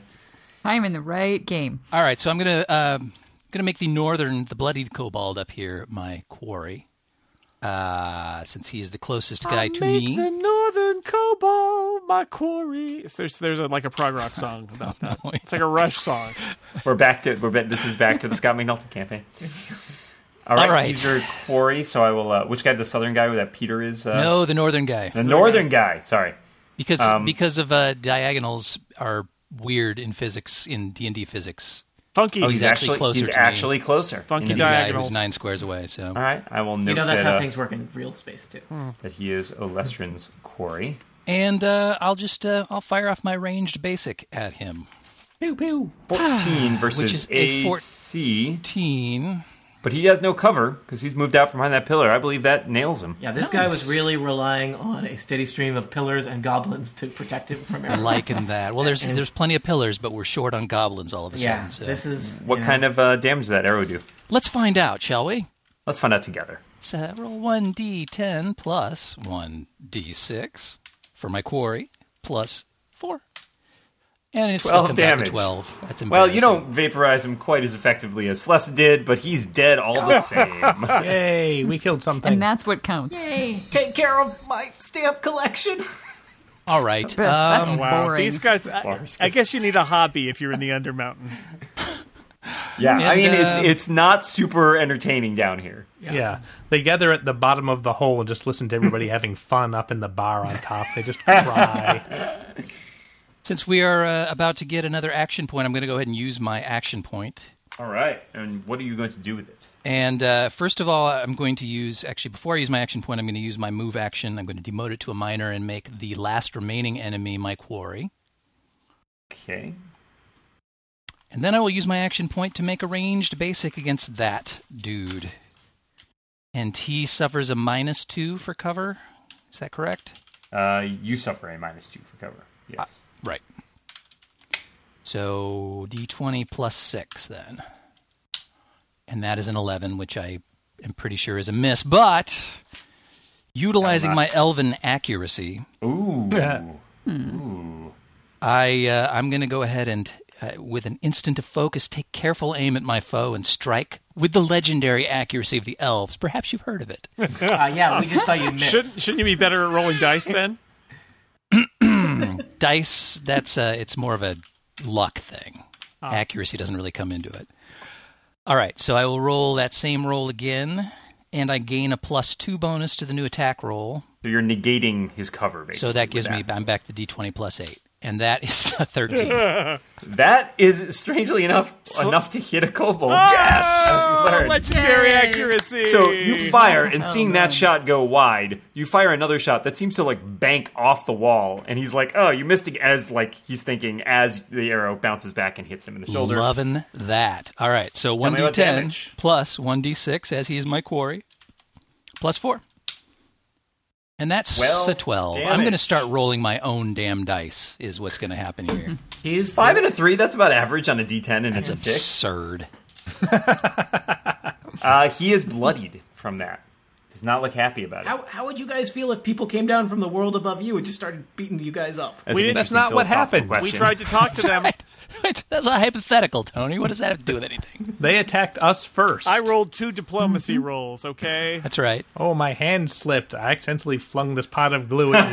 Speaker 6: I'm in the right game.
Speaker 7: All right, so I'm gonna um, gonna make the northern, the bloodied kobold up here my quarry, uh, since he is the closest guy to
Speaker 5: Make
Speaker 7: me.
Speaker 5: the northern kobold my quarry. It's- There's there's a, like a prog rock song about that.
Speaker 2: Oh,
Speaker 5: It's like a Rush song.
Speaker 2: We're back to we're back, this is back to the Scott McNulty campaign. All right,
Speaker 7: All right.
Speaker 2: he's your quarry. So I will. Uh, which guy? The southern guy that Peter is. Uh,
Speaker 7: no, the northern guy,
Speaker 2: The northern guy. Sorry.
Speaker 7: because
Speaker 2: Um,
Speaker 7: because of uh, diagonals are weird in physics in D and D physics.
Speaker 5: Funky.
Speaker 2: Oh, he's,
Speaker 7: actually
Speaker 2: actually
Speaker 7: closer
Speaker 2: he's
Speaker 7: to me.
Speaker 2: actually closer.
Speaker 5: Funky
Speaker 2: Indeed.
Speaker 7: The guy
Speaker 5: Diagonals.
Speaker 7: who's nine squares away. So
Speaker 2: All right, I will note
Speaker 4: You know that's
Speaker 2: that,
Speaker 4: how
Speaker 2: uh,
Speaker 4: things work in real space too.
Speaker 6: Hmm.
Speaker 2: that he is Olestrin's quarry.
Speaker 7: and uh, I'll just uh, I'll fire off my ranged basic at him. Pew pew.
Speaker 2: 14 versus
Speaker 7: is a four-
Speaker 2: AC.
Speaker 7: Teen.
Speaker 2: But he has no cover because he's moved out from behind that pillar. I believe that nails him.
Speaker 4: Yeah, this guy was really relying on a steady stream of pillars and goblins to protect him from
Speaker 7: I
Speaker 4: arrows.
Speaker 7: liken that. Well, there's there's plenty of pillars, but we're short on goblins all of a
Speaker 4: yeah,
Speaker 7: sudden. So.
Speaker 4: this is
Speaker 2: What
Speaker 4: you know,
Speaker 2: kind of uh, damage does that arrow do?
Speaker 7: Let's find out, shall we?
Speaker 2: Let's find out together.
Speaker 7: Let's uh, roll one d10 plus one d6 for my quarry plus four, and it still
Speaker 2: 12
Speaker 7: comes out
Speaker 2: damage.
Speaker 7: to twelve. That's embarrassing.
Speaker 2: Well, you don't vaporize him quite as effectively as Fless did, but he's dead all the same.
Speaker 3: Yay, we killed something.
Speaker 6: And that's what counts.
Speaker 4: take care of my stamp collection?
Speaker 7: All right.
Speaker 6: That's
Speaker 7: Um,
Speaker 6: boring.
Speaker 5: These guys, I, I guess you need a hobby if you're in the Undermountain.
Speaker 2: yeah, I
Speaker 7: And,
Speaker 2: mean it's
Speaker 7: uh,
Speaker 2: it's not super entertaining down here.
Speaker 3: yeah. They gather at the bottom of the hole and just listen to everybody having fun up in the bar on top. They just cry.
Speaker 7: since we are uh, about to get another action point, I'm going to go ahead and use my action point.
Speaker 2: All right, and what are you going to do with it?
Speaker 7: And uh, first of all, I'm going to use actually before I use my action point, I'm going to use my move action. I'm going to demote it to a minor and make the last remaining enemy my quarry.
Speaker 2: Okay,
Speaker 7: And then I will use my action point to make a ranged basic against that dude. And he suffers a minus two for cover. Is that correct?
Speaker 2: uh, you suffer a minus two for cover. Yes,
Speaker 7: Right. So d20 plus six then. And that is an 11, which I am pretty sure is a miss. But utilizing my elven accuracy,
Speaker 2: ooh,
Speaker 3: Yeah.
Speaker 2: ooh,
Speaker 7: I uh, I'm going to go ahead and uh, with an instant of focus, take careful aim at my foe and strike with the legendary accuracy of the elves. Perhaps you've heard of it.
Speaker 4: Uh, yeah, we just saw you miss.
Speaker 5: Shouldn't shouldn't you be better at rolling dice then?
Speaker 7: Dice. That's uh, it's more of a luck thing.
Speaker 2: Ah.
Speaker 7: Accuracy doesn't really come into it. All right, so I will roll that same roll again, and I gain a plus two bonus to the new attack roll.
Speaker 2: so you're negating his cover basically.
Speaker 7: so that
Speaker 2: with
Speaker 7: gives me I'm back to d20 plus eight. and that is a 13.
Speaker 2: That is strangely enough enough to hit a kobold. yes.
Speaker 5: Legendary accuracy.
Speaker 2: So you fire, and seeing that shot go wide, you fire another shot that seems to like bank off the wall, and he's like, "Oh, you missed it!" As like he's thinking, as the arrow bounces back and hits him in the shoulder.
Speaker 7: Loving that. All right, so
Speaker 2: me about
Speaker 7: 1d10
Speaker 2: damage.
Speaker 7: plus 1d6 as he is my quarry, plus 4. And that's
Speaker 2: Twelve
Speaker 7: a 12. I'm going to
Speaker 2: damage.
Speaker 7: start rolling my own damn dice, is what's going to happen here.
Speaker 4: He's
Speaker 2: Five and a three. That's about average on a D10 and
Speaker 7: That's
Speaker 2: a six.
Speaker 7: absurd.
Speaker 2: Uh, he is bloodied from that. Does not look happy about it.
Speaker 4: How, how would you guys feel if people came down from the world above you and just started beating you guys up?
Speaker 2: That's
Speaker 5: We
Speaker 2: an
Speaker 5: didn't-
Speaker 3: that's not
Speaker 2: interesting
Speaker 3: what
Speaker 2: philosophical
Speaker 3: happened. We
Speaker 5: we
Speaker 2: question.
Speaker 5: tried to talk to them.
Speaker 7: That's a hypothetical, Tony. What does that have to do with anything?
Speaker 3: They attacked us first.
Speaker 5: I rolled two
Speaker 7: Mm-hmm.
Speaker 5: diplomacy rolls. Okay.
Speaker 7: That's right.
Speaker 3: Oh, my hand slipped. I accidentally flung this pot of glue at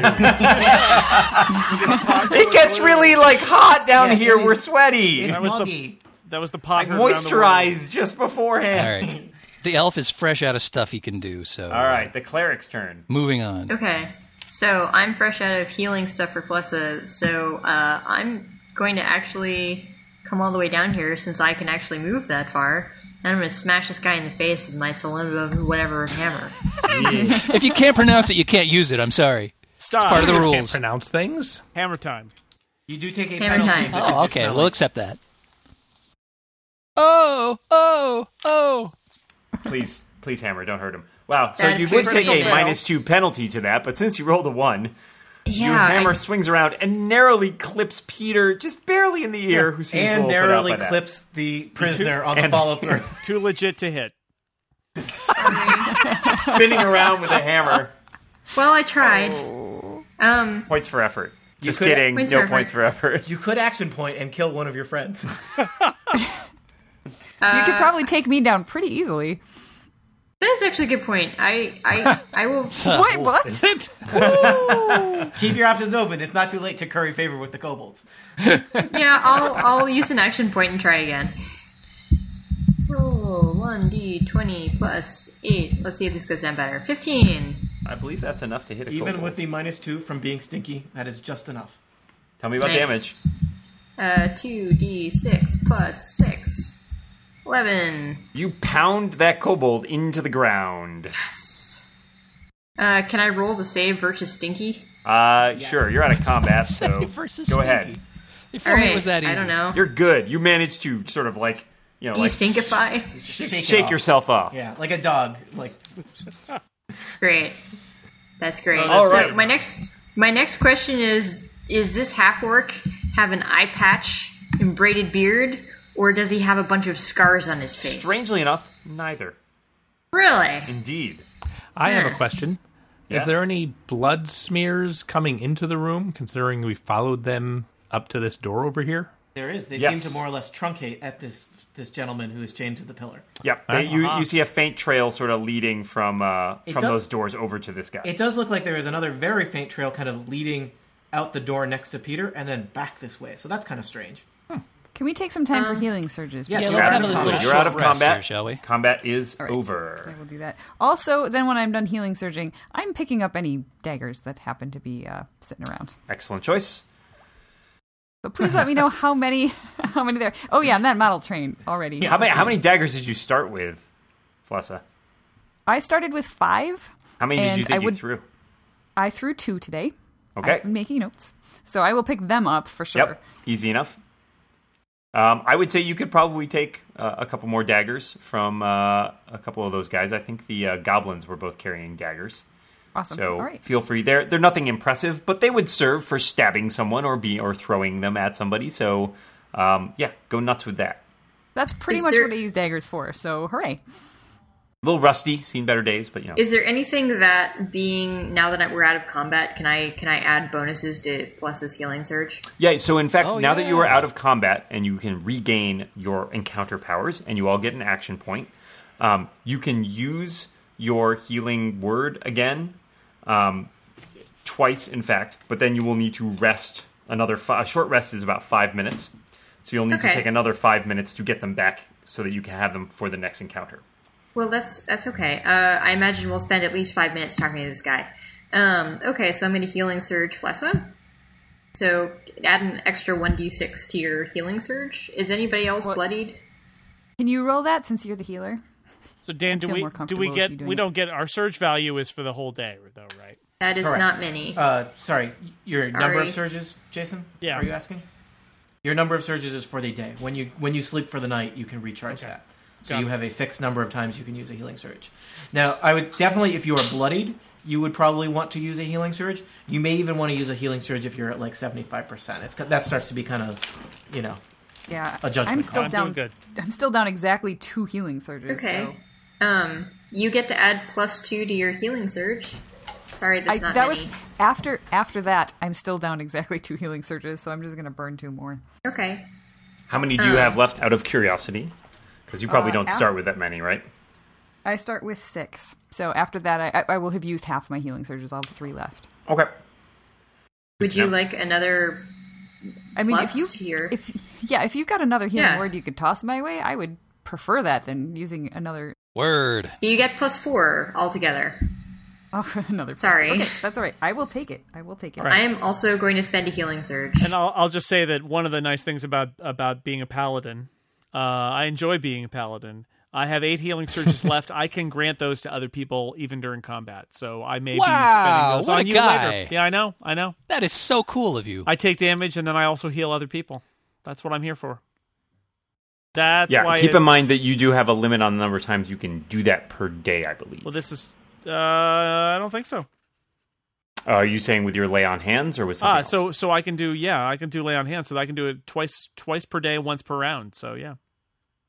Speaker 3: you.
Speaker 2: It gets really like hot down
Speaker 4: Yeah,
Speaker 2: here.
Speaker 4: it is-
Speaker 2: We're sweaty.
Speaker 4: It's
Speaker 5: That was the-
Speaker 4: muggy.
Speaker 5: That was the pot. heard around the world.
Speaker 2: Moisturize just beforehand.
Speaker 7: All right. The elf is fresh out of stuff he can do, so.
Speaker 2: All right, the cleric's turn.
Speaker 7: Moving on.
Speaker 8: Okay, so I'm fresh out of healing stuff for Flessa, so uh, I'm going to actually come all the way down here since I can actually move that far, and I'm going to smash this guy in the face with my solemn whatever hammer.
Speaker 7: If you can't pronounce it, you can't use it. I'm sorry.
Speaker 5: Stop.
Speaker 7: Part of the
Speaker 3: Can't
Speaker 7: rules.
Speaker 3: pronounce things.
Speaker 5: Hammer time.
Speaker 4: You do take a
Speaker 8: Hammer
Speaker 4: penalty.
Speaker 8: time.
Speaker 4: but
Speaker 7: Oh,
Speaker 4: it's
Speaker 7: okay.
Speaker 4: not
Speaker 7: We'll
Speaker 4: like-
Speaker 7: accept that. Oh, oh, oh.
Speaker 2: Please, please hammer. Don't hurt him. Wow. So
Speaker 8: That
Speaker 2: you would
Speaker 8: critical
Speaker 2: take a
Speaker 8: fail.
Speaker 2: minus two penalty to that, but since you rolled a one,
Speaker 8: Yeah,
Speaker 2: your hammer
Speaker 8: I-
Speaker 2: swings around and narrowly clips Peter just barely in the ear, who seems a little
Speaker 4: and
Speaker 2: put out
Speaker 4: narrowly
Speaker 2: by that.
Speaker 4: clips the prisoner on the
Speaker 2: And-
Speaker 4: follow through.
Speaker 5: Too legit to hit.
Speaker 2: spinning around with a hammer.
Speaker 8: well, I tried. Um,
Speaker 2: Points for effort. Just
Speaker 4: could-
Speaker 2: kidding.
Speaker 8: Points
Speaker 2: no
Speaker 8: for
Speaker 2: points for effort.
Speaker 4: you could action point and kill one of your friends.
Speaker 6: you could probably take me down pretty easily.
Speaker 8: that is actually a good point. I, I, I will.
Speaker 6: Wait, what?
Speaker 3: Is it?
Speaker 4: Keep your options open. It's not too late to curry favor with the kobolds.
Speaker 8: Yeah, I'll I'll use an action point and try again. Roll one d twenty plus eight. Let's see if this goes down better. Fifteen.
Speaker 2: I believe that's enough to hit a
Speaker 4: Even
Speaker 2: kobold.
Speaker 4: with the minus two from being stinky, that is just enough.
Speaker 2: Tell me about damage.
Speaker 8: Nice. Uh, two d six plus six. Eleven.
Speaker 2: You pound that kobold into the ground.
Speaker 8: Uh, can I roll to save versus stinky?
Speaker 2: Uh, sure. You're out of combat, so
Speaker 7: Save versus
Speaker 2: go
Speaker 7: stinky.
Speaker 2: ahead.
Speaker 7: If
Speaker 8: All
Speaker 7: only
Speaker 8: right.
Speaker 7: Oh, it was that easy.
Speaker 8: I don't know.
Speaker 2: You're good. You managed to sort of like you know like
Speaker 8: De-stinkify.
Speaker 4: Shake, it
Speaker 2: shake
Speaker 4: off.
Speaker 2: yourself off.
Speaker 4: Yeah, like a dog. Like
Speaker 8: Great. That's great.
Speaker 2: Oh, that's
Speaker 8: so
Speaker 2: right.
Speaker 8: my next my next question is is this half orc have an eye patch and braided beard or does he have a bunch of scars on his face?
Speaker 2: Strangely enough, neither.
Speaker 8: Really?
Speaker 2: Indeed.
Speaker 3: I have a question.
Speaker 2: Yes.
Speaker 3: Is there any blood smears coming into the room, considering we followed them up to this door over here?
Speaker 4: there is. They
Speaker 2: Yes.
Speaker 4: seem to more or less truncate at this this gentleman who is chained to the pillar.
Speaker 2: Yep. They- you, you see a faint trail sort of leading from uh, from
Speaker 4: does-
Speaker 2: those doors over to this guy.
Speaker 4: It does look like there is another very faint trail kind of leading out the door next to Peter and then back this way. So that's kind of strange.
Speaker 6: Can we take some time for healing surges?
Speaker 4: yes,
Speaker 7: Yeah,
Speaker 4: you
Speaker 7: let's have a
Speaker 2: Absolutely.
Speaker 7: little
Speaker 4: Absolutely.
Speaker 2: You're out of
Speaker 7: short rest
Speaker 2: combat.
Speaker 7: here, shall we?
Speaker 2: Combat is
Speaker 6: All right. I
Speaker 2: over.
Speaker 6: will do that. Also, then when I'm done healing surging, I'm picking up any daggers that happen to be uh, sitting around.
Speaker 2: Excellent choice.
Speaker 6: So please let me know how many, how many there. Oh yeah, and that model train already.
Speaker 2: How many how many daggers did you start with, Flessa?
Speaker 6: I started with five.
Speaker 2: How many did
Speaker 6: And
Speaker 2: you
Speaker 6: I
Speaker 2: think
Speaker 6: would-
Speaker 2: you threw?
Speaker 6: I threw two today.
Speaker 2: Okay.
Speaker 6: I've been making notes, so I will pick them up for sure.
Speaker 2: Yep. Easy enough. Um, I would say you could probably take uh, a couple more daggers from uh, a couple of those guys. I think the uh, goblins were both carrying daggers.
Speaker 6: Awesome.
Speaker 2: So
Speaker 6: All right.
Speaker 2: feel free. They're they're nothing impressive, but they would serve for stabbing someone or be or throwing them at somebody. So um, yeah, go nuts with that.
Speaker 6: That's pretty
Speaker 8: Is
Speaker 6: much
Speaker 8: there-
Speaker 6: what I use daggers for. So hooray!
Speaker 2: A little rusty, seen better days, but you know.
Speaker 8: Is there anything that being now that I- we're out of combat, can I can I add bonuses to Bless's healing surge?
Speaker 2: yeah. So in fact,
Speaker 7: Oh,
Speaker 2: now that you are
Speaker 7: yeah.
Speaker 2: out of combat and you can regain your encounter powers, and you all get an action point, um, you can use your healing word again, um, twice in fact. But then you will need to rest another. Fi- a short rest is about five minutes, so you'll need to
Speaker 8: Okay.
Speaker 2: take another five minutes to get them back, so that you can have them for the next encounter.
Speaker 8: Well, that's that's okay. Uh, I imagine we'll spend at least five minutes talking to this guy. Um, okay, so I'm going to healing surge Flessa. So add an extra 1d6 to your healing surge. Is anybody else bloodied?
Speaker 6: Can you roll that since you're the healer?
Speaker 5: So Dan, do
Speaker 6: feel
Speaker 5: we
Speaker 6: more
Speaker 5: do
Speaker 6: comfortable
Speaker 5: we
Speaker 6: with you
Speaker 5: get
Speaker 6: doing
Speaker 5: we
Speaker 6: it.
Speaker 5: don't get our surge value is for the whole day though, right?
Speaker 8: That is
Speaker 4: Correct.
Speaker 8: not many.
Speaker 4: Uh, sorry, your number
Speaker 8: Sorry.
Speaker 4: of surges, Jason.
Speaker 5: Yeah.
Speaker 4: Are you asking? Your number of surges is for the day. When you when you sleep for the night, you can recharge that. So
Speaker 5: Got
Speaker 4: you
Speaker 5: it.
Speaker 4: have a fixed number of times you can use a healing surge. Now, I would definitely, if you are bloodied, you would probably want to use a healing surge. You may even want to use a healing surge if you're at like seventy five percent. It's that starts to be kind of, you know,
Speaker 6: Yeah.
Speaker 4: A judgment
Speaker 6: I'm still
Speaker 4: call.
Speaker 5: I'm
Speaker 6: down.
Speaker 5: doing good.
Speaker 6: I'm still down exactly two healing surges.
Speaker 8: Okay.
Speaker 6: so-
Speaker 8: Um, you get to add plus two to your healing surge. Sorry,
Speaker 6: I,
Speaker 8: that's
Speaker 6: that
Speaker 8: not many.
Speaker 6: was after after that. I'm still down exactly two healing surges, so I'm just gonna burn two more.
Speaker 8: Okay.
Speaker 2: How many do you have left out of curiosity? Because you probably
Speaker 6: Uh,
Speaker 2: don't
Speaker 6: half.
Speaker 2: start with that many, right?
Speaker 6: I start with six, so after that, I, I- I will have used half my healing surges. I'll have three left.
Speaker 2: Okay.
Speaker 8: Would you
Speaker 2: Yeah.
Speaker 8: like another?
Speaker 6: I mean,
Speaker 8: Plus
Speaker 6: if you
Speaker 8: tier.
Speaker 6: if yeah, if you've got another healing
Speaker 8: Yeah.
Speaker 6: word you could toss my way, I would prefer that than using another
Speaker 7: Word.
Speaker 8: Do you get plus four altogether?
Speaker 6: oh, another.
Speaker 8: Sorry.
Speaker 6: Okay, that's all right. I will take it. I will take it.
Speaker 5: Right.
Speaker 8: I am also going to spend a healing surge.
Speaker 5: And I'll I'll just say that one of the nice things about about being a paladin, uh, I enjoy being a paladin. I have eight healing surges left. I can grant those to other people even during combat. So I may
Speaker 7: Wow,
Speaker 5: be spending those
Speaker 7: what a
Speaker 5: on you
Speaker 7: guy.
Speaker 5: later. Yeah, I know. I know.
Speaker 7: That is so cool of you.
Speaker 5: I take damage and then I also heal other people. That's what I'm here for. That's
Speaker 2: yeah.
Speaker 5: why
Speaker 2: Keep in
Speaker 5: it's-
Speaker 2: mind that you do have a limit on the number of times you can do that per day, I believe.
Speaker 5: Well, this is. Uh, I don't think so.
Speaker 2: Uh, are you saying with your lay on hands or with something
Speaker 5: Ah,
Speaker 2: else?
Speaker 5: so so I can do yeah, I can do lay on hands, so I can do it twice twice per day, once per round. So yeah,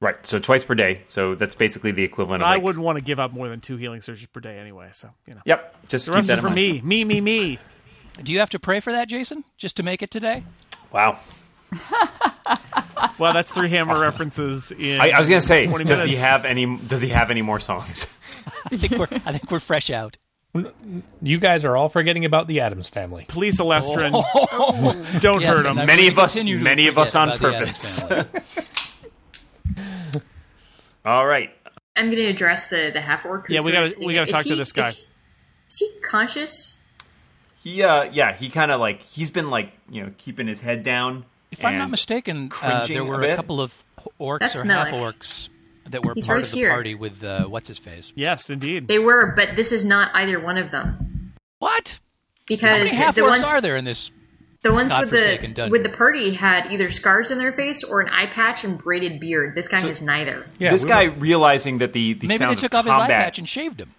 Speaker 2: right, so twice per day. So that's basically the equivalent
Speaker 5: I
Speaker 2: of. like-
Speaker 5: wouldn't want to give up more than two healing surges per day anyway. So you know,
Speaker 2: Yep. Just
Speaker 5: the
Speaker 2: keep
Speaker 5: rest
Speaker 2: that
Speaker 5: is
Speaker 2: in
Speaker 5: for
Speaker 2: mind.
Speaker 5: me, me, me, me.
Speaker 7: Do you have to pray for that, Jason, just to make it today?
Speaker 2: Wow.
Speaker 5: Well, that's three hammer references in.
Speaker 2: I, I was gonna say,
Speaker 5: 20
Speaker 2: does he
Speaker 5: minutes.
Speaker 2: have any? Does he have any more songs?
Speaker 7: I think we're, I think we're fresh out.
Speaker 3: You guys are all forgetting about the Adams family.
Speaker 5: police Elestrin. Don't
Speaker 7: Yes,
Speaker 5: hurt
Speaker 7: and
Speaker 5: him.
Speaker 7: I'm
Speaker 2: Many
Speaker 7: gonna
Speaker 2: of us-
Speaker 7: continue to
Speaker 2: many of us
Speaker 7: forget
Speaker 2: on
Speaker 7: about the Addams
Speaker 2: purpose.
Speaker 7: family.
Speaker 2: All right.
Speaker 8: I'm going to address the the half orc.
Speaker 5: Yeah, we gotta- we gotta talk to this guy.
Speaker 8: Is he, is he conscious?
Speaker 2: He, uh, yeah, he kind of like he's been like you know keeping his head down.
Speaker 7: If I'm not
Speaker 2: and-
Speaker 7: mistaken, uh,
Speaker 2: cringing
Speaker 7: there
Speaker 2: a
Speaker 7: were a,
Speaker 2: bit.
Speaker 7: couple of orcs
Speaker 8: That's
Speaker 7: or
Speaker 8: Melek.
Speaker 7: half orcs that were
Speaker 8: He's
Speaker 7: part
Speaker 8: right
Speaker 7: of the
Speaker 8: here.
Speaker 7: party with uh, what's his face.
Speaker 5: Yes, indeed.
Speaker 8: They were, but this is not either one of them
Speaker 7: What? How
Speaker 8: because
Speaker 7: many half
Speaker 8: the
Speaker 7: orcs
Speaker 8: ones
Speaker 7: are there in this?
Speaker 8: the ones with
Speaker 7: godforsaken
Speaker 8: the
Speaker 7: dungeon?
Speaker 8: with the party had either scars on their face or an eye patch and braided beard. This guy has neither.
Speaker 3: Yeah,
Speaker 2: this
Speaker 3: we
Speaker 2: guy
Speaker 3: Were,
Speaker 2: realizing that the the
Speaker 7: Maybe they
Speaker 2: sounds
Speaker 7: took
Speaker 2: of
Speaker 7: off his eye
Speaker 2: combat
Speaker 7: patch and shaved him.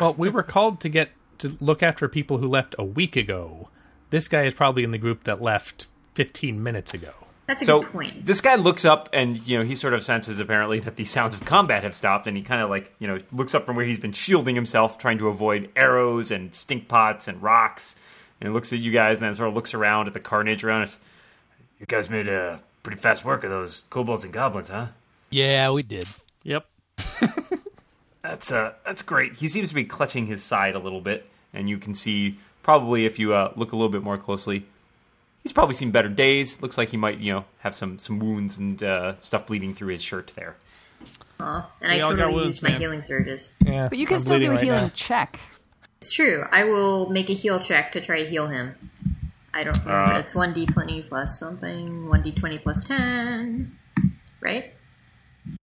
Speaker 3: well, we were called to get to look after people who left a week ago. This guy is probably in the group that left 15 minutes ago.
Speaker 8: That's a
Speaker 2: So
Speaker 8: good point.
Speaker 2: this guy looks up and you know he sort of senses apparently that the sounds of combat have stopped, and he kind of like you know looks up from where he's been shielding himself, trying to avoid arrows and stink pots and rocks, and looks at you guys, and then sort of looks around at the carnage around us. You guys made a pretty fast work of those kobolds and goblins, huh?
Speaker 7: Yeah, we did.
Speaker 5: Yep.
Speaker 2: That's uh, that's great. He seems to be clutching his side a little bit, and you can see probably if you uh, look a little bit more closely, he's probably seen better days. Looks like he might, you know, have some some wounds and uh, stuff bleeding through his shirt there.
Speaker 8: and I
Speaker 5: all got
Speaker 8: totally
Speaker 5: wounds,
Speaker 8: used my
Speaker 5: man.
Speaker 8: healing surges.
Speaker 3: Yeah,
Speaker 6: But you can still do a healing check.
Speaker 8: It's true. I will make a heal check to try to heal him. I don't remember. it's one d twenty plus something. One d twenty plus ten. Right.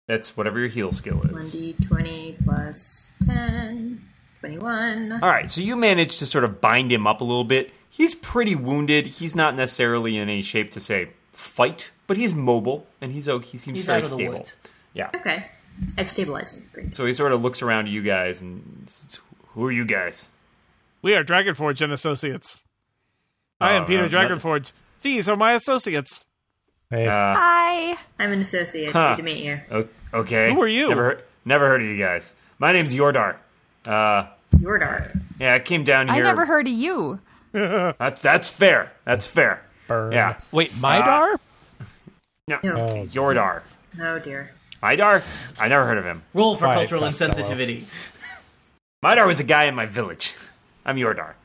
Speaker 2: That's whatever your heal skill
Speaker 8: One
Speaker 2: is.
Speaker 8: d twenty plus 10, 21.
Speaker 2: All right, so you manage to sort of bind him up a little bit. He's pretty wounded. He's not necessarily in any shape to say fight, but he's mobile and he's o- he seems
Speaker 4: He's
Speaker 2: very
Speaker 4: out of the
Speaker 2: stable.
Speaker 4: woods.
Speaker 2: Yeah.
Speaker 8: Okay, I've stabilized him. Great.
Speaker 2: So he sort of looks around at you guys and says, "Who are you guys?"
Speaker 5: We are Dragonforge and Associates. I am
Speaker 2: Oh,
Speaker 5: Peter
Speaker 2: uh,
Speaker 5: Dragonforge. These are my associates.
Speaker 6: Hi.
Speaker 8: I'm an associate. Good to meet you.
Speaker 2: O- Okay.
Speaker 5: Who are you?
Speaker 2: Never, heard- never heard of you guys. My name's Yordar. Uh,
Speaker 8: Yordar.
Speaker 2: yeah, I came down
Speaker 6: I
Speaker 2: here.
Speaker 6: never heard of you.
Speaker 2: That's that's fair. That's fair.
Speaker 3: Burn.
Speaker 2: Yeah.
Speaker 7: Wait, Mydar?
Speaker 2: No.
Speaker 8: No.
Speaker 2: Yordar.
Speaker 8: Oh dear.
Speaker 2: Idar? I never heard of him.
Speaker 4: Roll for
Speaker 3: Right,
Speaker 4: cultural
Speaker 3: Costello.
Speaker 4: insensitivity.
Speaker 2: Idar was a guy in my village. I'm Yordar.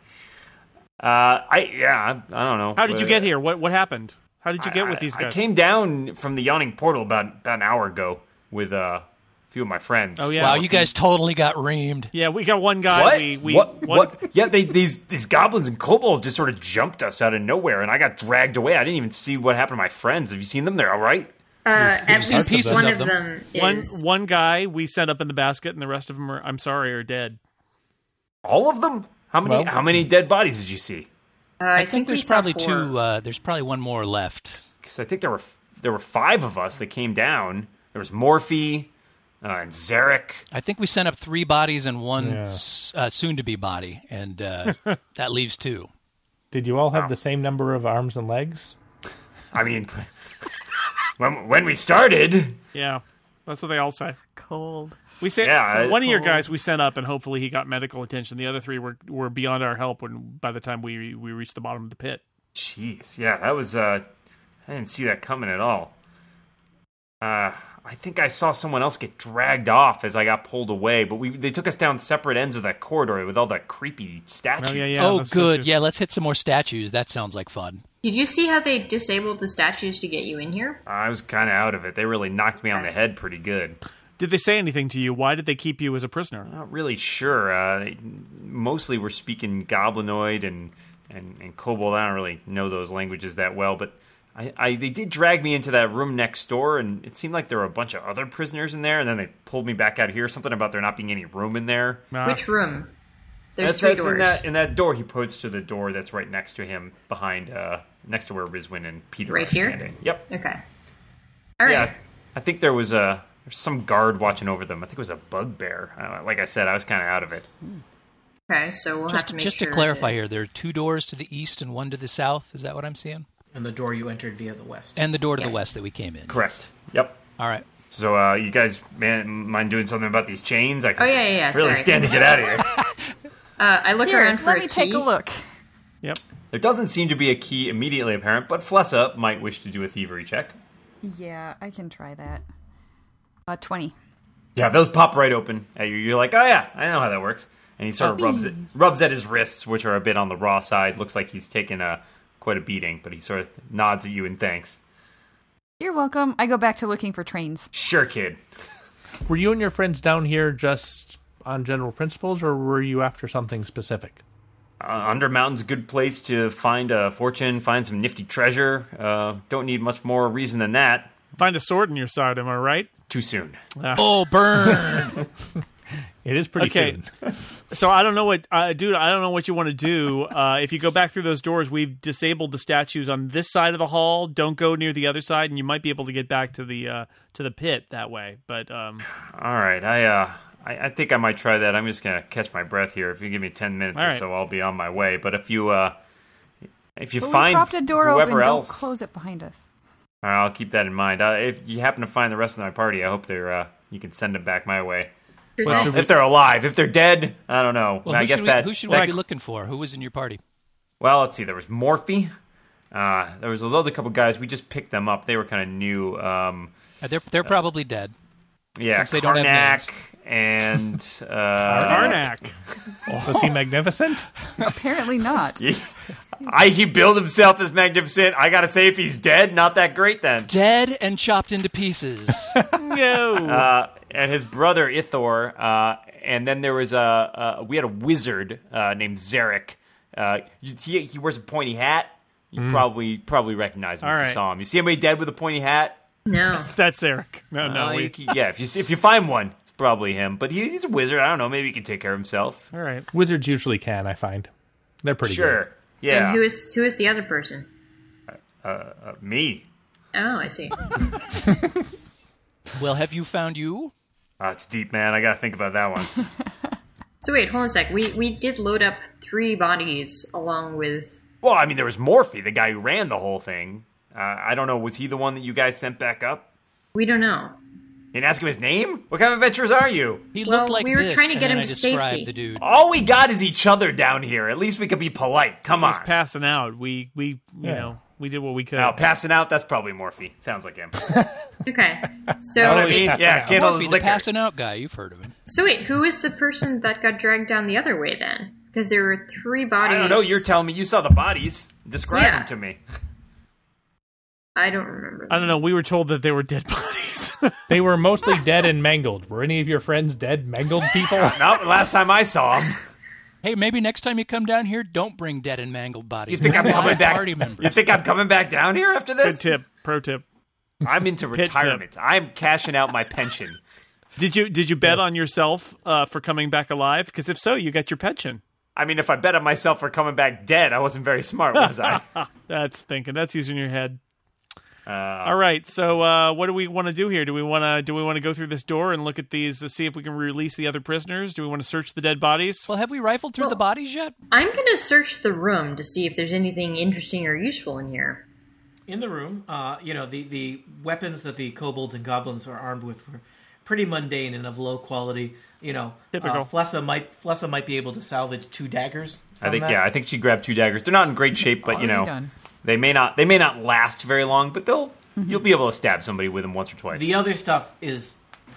Speaker 2: Uh, I yeah, I, I don't know.
Speaker 5: How did you get here? What what happened? How did you get with
Speaker 2: I-
Speaker 5: these
Speaker 2: I
Speaker 5: guys?
Speaker 2: came down from the yawning portal about about an hour ago with uh, a few of my friends.
Speaker 5: Oh, yeah.
Speaker 7: Wow,
Speaker 5: Well,
Speaker 7: you guys totally got reamed.
Speaker 5: Yeah, we got one guy.
Speaker 2: What?
Speaker 5: We, we
Speaker 2: what?
Speaker 5: one-
Speaker 2: What? Yeah, they, these these goblins and kobolds just sort of jumped us out of nowhere, and I got dragged away. I didn't even see what happened to my friends. Have you seen them? They're all right.
Speaker 8: Uh, at
Speaker 7: Pieces
Speaker 8: least
Speaker 7: of
Speaker 8: one
Speaker 7: them.
Speaker 8: of them
Speaker 5: One
Speaker 8: is.
Speaker 5: one guy we sent up in the basket, and the rest of them are I'm sorry are dead.
Speaker 2: All of them? How many?
Speaker 7: Well-
Speaker 2: how many dead bodies did you see?
Speaker 8: uh, I,
Speaker 7: I think
Speaker 8: we
Speaker 7: there's
Speaker 8: saw
Speaker 7: probably
Speaker 8: four.
Speaker 7: two. Uh, there's probably one more left.
Speaker 2: Because I think there were f- there were five of us that came down. There was Morphe uh, and Zarek.
Speaker 7: I think we sent up three bodies and one
Speaker 3: Yeah.
Speaker 7: s- uh, soon-to-be body, and uh, that leaves two.
Speaker 3: Did you all have the same number of arms and legs?
Speaker 2: I mean, when when we started,
Speaker 5: Yeah, that's what they all say.
Speaker 6: Cold.
Speaker 5: We say
Speaker 2: Yeah, I-
Speaker 5: one of your guys we sent up, and hopefully he got medical attention. The other three were were beyond our help when by the time we we reached the bottom of the pit.
Speaker 2: Jeez, yeah, that was. Uh, I didn't see that coming at all. Uh, I think I saw someone else get dragged off as I got pulled away, but we they took us down separate ends of that corridor with all the creepy statues.
Speaker 5: Oh yeah, yeah.
Speaker 7: oh,
Speaker 5: that's-
Speaker 7: good.
Speaker 5: that's
Speaker 7: Yeah, let's hit some more statues. That sounds like fun.
Speaker 8: Did you see how they disabled the statues to get you in here?
Speaker 2: I was kind of out of it. They really knocked me on the head pretty good.
Speaker 5: just- Did they say anything to you? Why did they keep you as a prisoner?
Speaker 2: Not really sure. Uh, they mostly we're speaking goblinoid and, and, and kobold. I don't really know those languages that well, but I, I they did drag me into that room next door, and it seemed like there were a bunch of other prisoners in there, and then they pulled me back out here. Something about there not being any room in there.
Speaker 5: Nah.
Speaker 8: Which room? There's
Speaker 2: that's
Speaker 8: three
Speaker 2: that's
Speaker 8: doors.
Speaker 2: in that in that door. He points to the door that's right next to him, behind uh, next to where Rizwin and Peter
Speaker 8: Right
Speaker 2: are
Speaker 8: here?
Speaker 2: standing. Yep.
Speaker 8: Okay. All right.
Speaker 2: Yeah, I think there was a there's some guard watching over them. I think it was a bugbear. Uh, like I said, I was kind of out of it.
Speaker 8: Okay, so we'll have
Speaker 7: just
Speaker 8: to make
Speaker 7: just
Speaker 8: sure.
Speaker 7: to clarify
Speaker 8: that-
Speaker 7: here, there are two doors to the east and one to the south. Is that what I'm seeing?
Speaker 4: And the door you entered via the west.
Speaker 7: And the door to the
Speaker 8: Yeah.
Speaker 7: west that we came in.
Speaker 2: Correct. Yep.
Speaker 7: All right.
Speaker 2: So uh, you guys man, mind doing something about these chains? I can
Speaker 8: Oh, yeah, yeah, yeah,
Speaker 2: really
Speaker 8: sorry.
Speaker 2: stand to get out of here.
Speaker 8: Uh, I look
Speaker 6: Here,
Speaker 8: around for
Speaker 6: let
Speaker 8: a
Speaker 6: me
Speaker 8: key.
Speaker 6: take a look.
Speaker 5: Yep.
Speaker 2: there doesn't seem to be a key immediately apparent, but Flessa might wish to do a thievery check.
Speaker 6: Yeah, I can try that. Uh, twenty.
Speaker 2: Yeah, those pop right open at you. You're like, oh yeah, I know how that works. And he sort of rubs it, rubs at his wrists, which are a bit on the raw side. Looks like he's taken a quite a beating, but he sort of nods at you and thanks.
Speaker 6: You're welcome. I go back to looking for trains.
Speaker 2: Sure, kid.
Speaker 3: Were you and your friends down here just on general principles, or were you after something specific?
Speaker 2: Uh, Undermountain's a good place to find a fortune, find some nifty treasure. Uh, don't need much more reason than that.
Speaker 5: Find a sword in your side. Am I right?
Speaker 2: Too soon.
Speaker 7: Oh, burn!
Speaker 3: It is pretty
Speaker 5: Okay.
Speaker 3: soon.
Speaker 5: So I don't know what, uh, dude. I don't know what you want to do. Uh, if you go back through those doors, we've disabled the statues on this side of the hall. Don't go near the other side, and you might be able to get back to the uh, to the pit that way. But um,
Speaker 2: All right, I uh, I, I think I might try that. I'm just gonna catch my breath here. If you give me ten minutes
Speaker 5: All
Speaker 2: or
Speaker 5: right.
Speaker 2: so, I'll be on my way. But if you uh, if you
Speaker 6: But we
Speaker 2: find
Speaker 6: propped a door
Speaker 2: whoever
Speaker 6: open.
Speaker 2: else,
Speaker 6: Don't close it behind us.
Speaker 2: All right, I'll keep that in mind. Uh, if you happen to find the rest of my party, I hope they're uh, you can send them back my way. Well, if they're alive, if they're dead, I don't know.
Speaker 7: Well,
Speaker 2: I
Speaker 7: who
Speaker 2: guess
Speaker 7: should we,
Speaker 2: that
Speaker 7: who should
Speaker 2: that-
Speaker 7: we be looking for? Who was in your party?
Speaker 2: Well, let's see. There was Morphe. Uh, there was those other couple guys. We just picked them up. They were kind of new. Um,
Speaker 7: Uh, They're they're probably dead.
Speaker 2: yeah,
Speaker 7: Since they don't have
Speaker 2: Karnak and uh,
Speaker 5: Karnak.
Speaker 3: Was he magnificent?
Speaker 6: Apparently not.
Speaker 2: I he billed himself as magnificent. I gotta say, if he's dead, not that great then.
Speaker 7: Dead and chopped into pieces.
Speaker 5: No.
Speaker 2: Uh, and his brother Ithor, uh, and then there was a uh, we had a wizard uh, named Zarek. Uh, you- he, he wears a pointy hat. You
Speaker 5: Hmm.
Speaker 2: probably probably recognize him
Speaker 5: All
Speaker 2: if
Speaker 5: right.
Speaker 2: you saw him. You see anybody dead with a pointy hat?
Speaker 8: No.
Speaker 5: That's Eric. No, no.
Speaker 2: Uh,
Speaker 5: we-
Speaker 2: you can- yeah, if you see- if you find one, it's probably him. But he, he's a wizard. I don't know. Maybe he can take care of himself.
Speaker 5: all right.
Speaker 3: Wizards usually can, I find. They're pretty
Speaker 2: sure.
Speaker 3: good.
Speaker 2: Yeah.
Speaker 8: And who is who is the other person?
Speaker 2: Uh, me.
Speaker 8: Oh, I see.
Speaker 7: well, have you found you?
Speaker 2: Uh, it's deep, man. I gotta think about that one.
Speaker 8: So wait, hold on a sec. We we did load up three bodies along with.
Speaker 2: Well, I mean, there was Morphe, the guy who ran the whole thing. Uh, I don't know, was he the one that you guys sent back up?
Speaker 8: We don't know.
Speaker 2: You didn't ask him his name? What kind of adventurers are you?
Speaker 7: He
Speaker 8: Well,
Speaker 7: looked like
Speaker 8: we were
Speaker 7: this,
Speaker 8: trying to
Speaker 7: and
Speaker 8: get
Speaker 7: then
Speaker 8: him
Speaker 7: I
Speaker 8: to
Speaker 7: described
Speaker 8: safety.
Speaker 7: the dude.
Speaker 2: All we got is each other down here. At least we could be polite. Come on.
Speaker 5: He's passing out. We we you
Speaker 3: Yeah.
Speaker 5: know we did what we could.
Speaker 2: now, passing out, that's probably Morphe. Sounds like him.
Speaker 8: Okay. So
Speaker 2: I mean, yeah,
Speaker 3: out.
Speaker 2: candle
Speaker 7: Murphy, the
Speaker 2: liquor.
Speaker 7: passing out guy. You've heard of him.
Speaker 8: so wait, who is the person that got dragged down the other way then? Because there were three bodies.
Speaker 2: I don't know. You're telling me you saw the bodies. Describe
Speaker 8: Yeah.
Speaker 2: them to me.
Speaker 8: I don't remember.
Speaker 5: I don't know. We were told that they were dead bodies.
Speaker 3: They were mostly dead and mangled. Were any of your friends dead, mangled people?
Speaker 2: Not the last time I saw him.
Speaker 7: Hey, maybe next time you come down here, don't bring dead and mangled bodies.
Speaker 2: You think
Speaker 7: Bring
Speaker 2: I'm coming
Speaker 7: live
Speaker 2: back?
Speaker 7: Party
Speaker 2: You
Speaker 7: members.
Speaker 2: think I'm coming back down here after
Speaker 5: Good
Speaker 2: this?
Speaker 5: tip. Pro tip.
Speaker 2: I'm into retirement. I'm cashing out my pension.
Speaker 5: Did you did you bet on yourself uh, for coming back alive? Because if so, you got your pension.
Speaker 2: I mean, if I bet on myself for coming back dead, I wasn't very smart, was I?
Speaker 5: That's thinking. That's using your head. All right. So, uh, what do we want to do here? Do we want to do we want to go through this door and look at these to see if we can release the other prisoners? Do we want to search the dead bodies?
Speaker 7: Well, have we rifled through the bodies yet?
Speaker 8: I'm going to search the room to see if there's anything interesting or useful in here.
Speaker 4: in the room, uh, you know, the, the weapons that the kobolds and goblins are armed with were pretty mundane and of low quality. You know,
Speaker 5: Typical.
Speaker 4: Uh, Flessa might Flessa might be able to salvage two daggers.
Speaker 2: I
Speaker 4: from
Speaker 2: think
Speaker 4: that. Oh,
Speaker 2: yeah. I think she grabbed two daggers. They're not in great shape, but you
Speaker 6: Already
Speaker 2: know,
Speaker 6: done.
Speaker 2: they may not they may not last very long, but they'll you'll be able to stab somebody with them once or twice.
Speaker 4: Mm-hmm. The other stuff is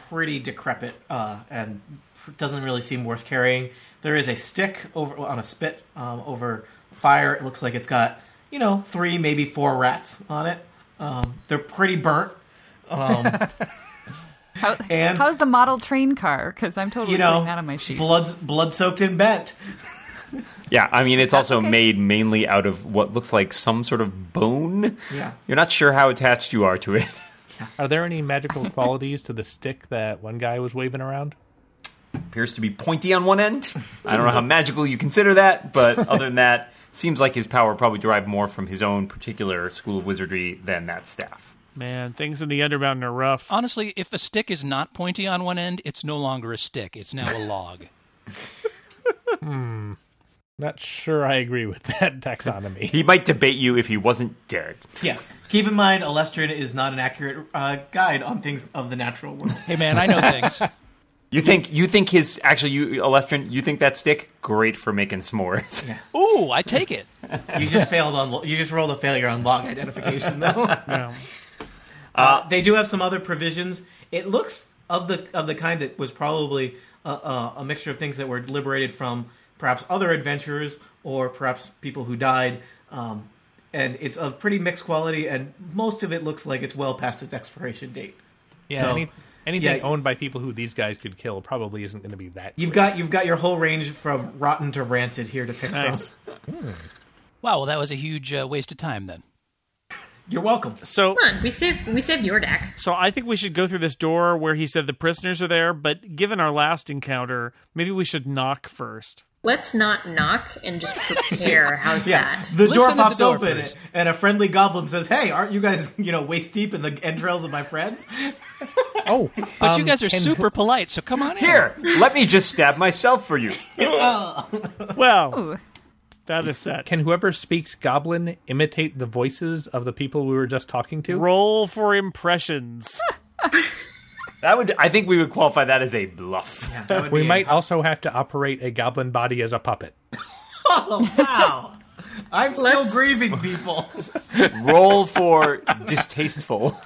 Speaker 4: pretty decrepit uh, and pr- doesn't really seem worth carrying. There is a stick over on a spit um, over fire. It looks like it's got you know three, maybe four rats on it. Um, they're pretty burnt. Um,
Speaker 6: How,
Speaker 4: And-
Speaker 6: how's the model train car? Because I'm totally
Speaker 4: You know,
Speaker 6: putting that on my sheet.
Speaker 4: blood's blood soaked and bent.
Speaker 2: yeah, I mean, it's also
Speaker 6: okay.
Speaker 2: made mainly out of what looks like some sort of bone.
Speaker 4: Yeah.
Speaker 2: you're not sure how attached you are to it.
Speaker 3: Are there any magical qualities to the stick that one guy was waving around?
Speaker 2: Appears to be pointy on one end. I don't know how magical you consider that, but other than that, seems like his power probably derived more from his own particular school of wizardry than that staff.
Speaker 5: Man, things in the Undermountain are rough.
Speaker 7: Honestly, if a stick is not pointy on one end, it's no longer a stick. It's now a log.
Speaker 3: Not sure I agree with that taxonomy.
Speaker 2: He might debate you if he wasn't dead.
Speaker 4: Yeah. Keep in mind, Alestrin is not an accurate uh, guide on things of the natural world.
Speaker 7: Hey, man, I know things.
Speaker 2: You think you think his actually you Alestrin, you think that stick great for making s'mores.
Speaker 7: Ooh, I take it.
Speaker 4: You just failed on. lo- You just rolled a failure on log identification, though.
Speaker 5: Yeah.
Speaker 4: Uh, they do have some other provisions. It looks of the of the kind that was probably a, a, a mixture of things that were liberated from perhaps other adventurers or perhaps people who died. Um, and it's of pretty mixed quality, and most of it looks like it's well past its expiration date.
Speaker 3: Yeah,
Speaker 4: So-
Speaker 3: any, anything
Speaker 4: yeah.
Speaker 3: owned by people who these guys could kill probably isn't going to be that.
Speaker 4: You've got you've got your whole range from rotten to rancid here to pick
Speaker 5: Nice.
Speaker 4: from.
Speaker 7: Wow, well, that was a huge uh, waste of time then.
Speaker 4: You're welcome.
Speaker 5: So,
Speaker 8: Come on, we saved we saved your deck.
Speaker 5: so I think we should go through this door where he said the prisoners are there. But given our last encounter, maybe we should knock first.
Speaker 8: Let's not knock and just prepare. How's
Speaker 4: Yeah,
Speaker 8: that?
Speaker 4: the
Speaker 7: Listen
Speaker 4: door
Speaker 7: to the
Speaker 4: pops
Speaker 7: door
Speaker 4: open,
Speaker 7: first.
Speaker 4: and a friendly goblin says, "Hey, aren't you guys you know waist deep in the entrails of my friends?"
Speaker 3: Oh,
Speaker 7: But
Speaker 3: um,
Speaker 7: you guys are
Speaker 3: can-
Speaker 7: super polite, so come on in.
Speaker 2: Here, let me just stab myself for you.
Speaker 5: Well,
Speaker 6: Ooh.
Speaker 5: that is set.
Speaker 3: Can whoever speaks goblin imitate the voices of the people we were just talking to?
Speaker 5: Roll for impressions.
Speaker 2: That would I think we would qualify that as a bluff.
Speaker 4: That would
Speaker 3: we
Speaker 4: be
Speaker 3: might also have to operate a goblin body as a puppet.
Speaker 4: Oh, wow. I'm still
Speaker 8: Let's-
Speaker 4: grieving, people.
Speaker 2: Roll for distasteful.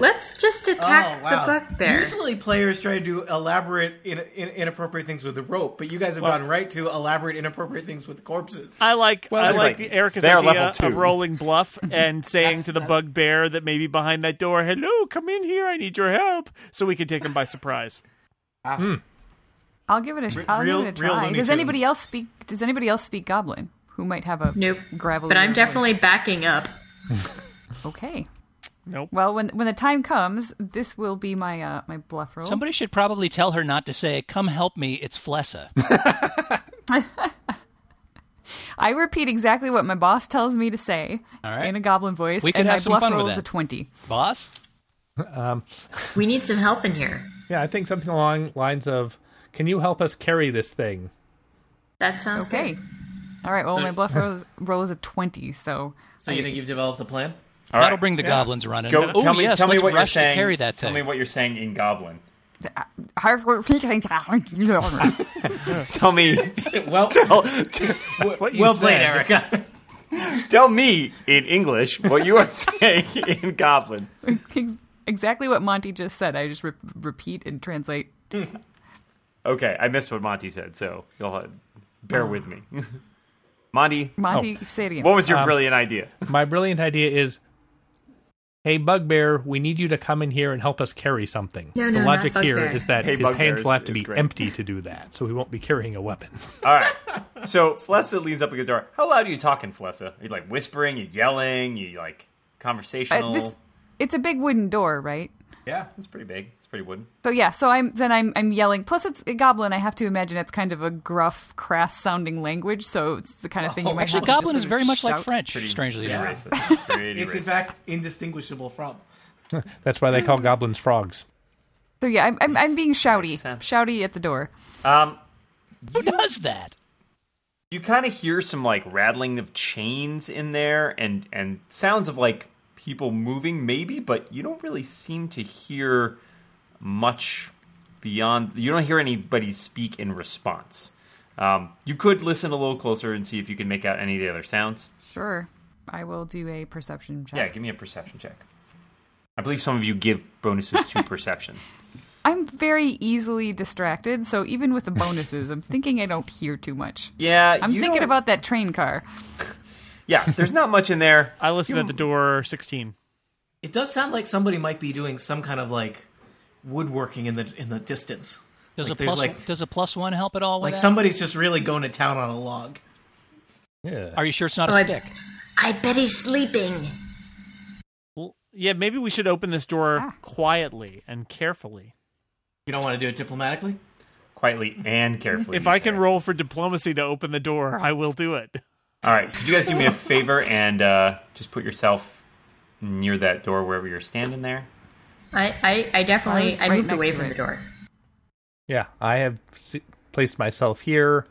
Speaker 8: Let's just attack
Speaker 4: oh, wow.
Speaker 8: the bugbear.
Speaker 4: Usually, players try to do elaborate, in, in, inappropriate things with the rope, but you guys have gone right to elaborate, inappropriate things with corpses.
Speaker 5: I like I
Speaker 2: it's
Speaker 5: like,
Speaker 2: like
Speaker 5: Erica's
Speaker 2: they're
Speaker 5: idea
Speaker 2: level two.
Speaker 5: of rolling bluff and saying to the bugbear that maybe behind that door, "Hello, come in here. I need your help," so we can take him by surprise.
Speaker 6: I'll give it a. sh- I'll
Speaker 4: real-
Speaker 6: give it a
Speaker 4: real
Speaker 6: try.
Speaker 4: Looney
Speaker 6: Does anybody
Speaker 4: Tunes.
Speaker 6: else speak? Does anybody else speak Goblin? Who might have a
Speaker 8: Nope.
Speaker 6: gravel?
Speaker 8: But I'm definitely backing up.
Speaker 6: okay.
Speaker 5: Nope.
Speaker 6: Well, when when the time comes, this will be my uh, my bluff roll.
Speaker 7: Somebody should probably tell her not to say, come help me, it's Flessa.
Speaker 6: I repeat exactly what my boss tells me to say
Speaker 7: All right.
Speaker 6: in a goblin voice,
Speaker 7: We could
Speaker 6: and
Speaker 7: have
Speaker 6: my
Speaker 7: some
Speaker 6: bluff
Speaker 7: fun
Speaker 6: roll
Speaker 7: with
Speaker 6: is
Speaker 7: that.
Speaker 6: a twenty.
Speaker 7: Boss?
Speaker 8: We need some help in here.
Speaker 3: Yeah, I think something along lines of, "Can you help us carry this thing?"
Speaker 8: That sounds
Speaker 6: Okay.
Speaker 8: good.
Speaker 6: All right. Well, my bluff roll is, roll is a twenty, so
Speaker 4: So, you think you've developed a plan?
Speaker 2: All
Speaker 7: That'll bring the goblins around. And
Speaker 2: Go,
Speaker 7: oh,
Speaker 2: tell me,
Speaker 7: yes,
Speaker 2: tell me
Speaker 7: let's
Speaker 2: what you're
Speaker 7: rush
Speaker 2: saying.
Speaker 7: to carry that
Speaker 2: tell
Speaker 7: thing.
Speaker 2: me what you're saying in Goblin.
Speaker 6: I
Speaker 2: Tell me,
Speaker 4: Well,
Speaker 2: tell, t-
Speaker 3: What you
Speaker 4: well
Speaker 3: said.
Speaker 4: played, Erica.
Speaker 2: tell me in English what you are saying in Goblin.
Speaker 6: exactly what Monty just said. I just re- repeat and translate.
Speaker 2: Okay, I missed what Monty said, so you'll uh,
Speaker 7: Oh.
Speaker 2: bear with me. Monty,
Speaker 6: Monty, say it again.
Speaker 2: Oh.
Speaker 7: Um,
Speaker 2: what was your brilliant idea?
Speaker 3: My brilliant idea is, "Hey Bugbear, we need you to come in here and help us carry something."
Speaker 8: No,
Speaker 3: the
Speaker 8: no, not
Speaker 3: logic here
Speaker 8: Bugbear.
Speaker 3: is that
Speaker 2: Hey
Speaker 3: his
Speaker 2: Bugbear
Speaker 3: hands
Speaker 2: is-
Speaker 3: will have to
Speaker 2: is
Speaker 3: be
Speaker 2: great.
Speaker 3: empty to do that, so he won't be carrying a weapon.
Speaker 2: All right. So Flessa leans up against the door. How loud are you talking, Flessa? Are you like whispering? You yelling? You like
Speaker 6: Uh,
Speaker 2: conversational?
Speaker 6: this, it's a big wooden door, right?
Speaker 4: Yeah.
Speaker 2: it's pretty big. It's pretty wooden.
Speaker 6: So yeah, so I'm then I'm I'm yelling. Plus, it's a goblin. I have to imagine it's kind of a gruff, crass-sounding language. So it's the kind of thing you might
Speaker 7: Actually,
Speaker 6: have to just
Speaker 7: Goblin is
Speaker 6: sort of
Speaker 7: very much like
Speaker 6: shout.
Speaker 7: French,
Speaker 2: Pretty,
Speaker 7: strangely
Speaker 2: pretty
Speaker 7: enough.
Speaker 2: racist. Pretty
Speaker 4: It's
Speaker 2: racist.
Speaker 4: in fact indistinguishable from.
Speaker 3: That's why they call goblins frogs.
Speaker 6: So yeah, I'm I'm, I'm being shouty,
Speaker 2: Makes sense.
Speaker 6: shouty at the door.
Speaker 2: Um,
Speaker 7: Who does that?
Speaker 2: you kind of hear some like rattling of chains in there, and and sounds of like people moving, maybe, but you don't really seem to hear much beyond. You don't hear anybody speak in response. Um, you could listen a little closer and see if you can make out any of the other sounds.
Speaker 6: Sure, I will do a perception check.
Speaker 2: Yeah, give me a perception check. I believe some of you give bonuses to perception.
Speaker 6: I'm very easily distracted, so even with the bonuses, I'm thinking I don't hear too much.
Speaker 2: Yeah,
Speaker 6: I'm
Speaker 2: you
Speaker 6: thinking
Speaker 2: don't-
Speaker 6: about that train car.
Speaker 2: Yeah, there's not much in there.
Speaker 5: I listened at the door 16.
Speaker 4: It does sound like somebody might be doing some kind of like woodworking in the in the distance.
Speaker 7: Does
Speaker 4: like,
Speaker 7: a
Speaker 4: there's
Speaker 7: plus
Speaker 4: like
Speaker 7: does a plus one help at all? With
Speaker 4: like
Speaker 7: that?
Speaker 4: somebody's just really going to town on a log.
Speaker 3: Yeah.
Speaker 7: Are you sure it's not a
Speaker 8: Oh, I-
Speaker 7: stick?
Speaker 8: I bet he's sleeping.
Speaker 5: Well, yeah, maybe we should open this door
Speaker 2: Ah.
Speaker 5: quietly and carefully.
Speaker 4: You don't want to do it diplomatically.
Speaker 2: Quietly and carefully.
Speaker 5: If
Speaker 2: you
Speaker 5: I
Speaker 2: say.
Speaker 5: can roll for diplomacy to open the door, I will do it.
Speaker 2: All right, could you guys do me a favor and uh, just put yourself near that door wherever you're standing there.
Speaker 8: I, I, I
Speaker 6: I
Speaker 8: definitely
Speaker 6: was
Speaker 8: I
Speaker 6: right
Speaker 8: moved
Speaker 6: next
Speaker 8: away
Speaker 6: to
Speaker 8: from
Speaker 6: it.
Speaker 8: the door.
Speaker 3: Yeah, I have se- placed myself here,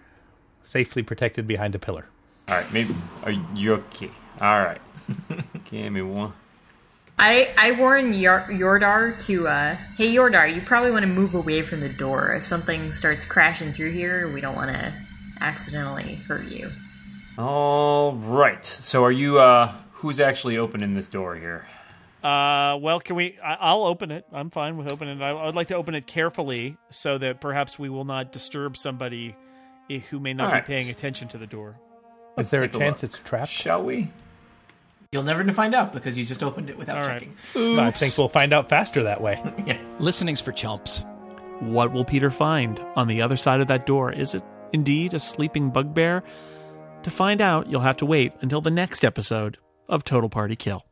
Speaker 3: safely protected behind a pillar.
Speaker 2: All right, maybe are you okay? All right, give me one.
Speaker 8: I I warn Yor- Yordar to uh, hey Yordar, you probably want to move away from the door. If something starts crashing through here, we don't want to accidentally hurt you.
Speaker 2: All right. So are you? Uh, who's actually opening this door here?
Speaker 5: Uh, well, can we? I, I'll open it. I'm fine with opening it. I, I would like to open it carefully so that perhaps we will not disturb somebody eh, who may not
Speaker 2: All right.
Speaker 5: be paying attention to the door.
Speaker 3: Is there a
Speaker 2: take a
Speaker 3: chance
Speaker 2: look.
Speaker 3: it's trapped?
Speaker 2: Shall we?
Speaker 4: You'll never find out because you just opened it without
Speaker 5: All right.
Speaker 4: checking.
Speaker 3: I think we'll find out faster that way.
Speaker 7: Listening's for chumps.
Speaker 5: What will Peter find on the other side of that door? Is it indeed a sleeping bugbear? To find out, you'll have to wait until the next episode of Total Party Kill.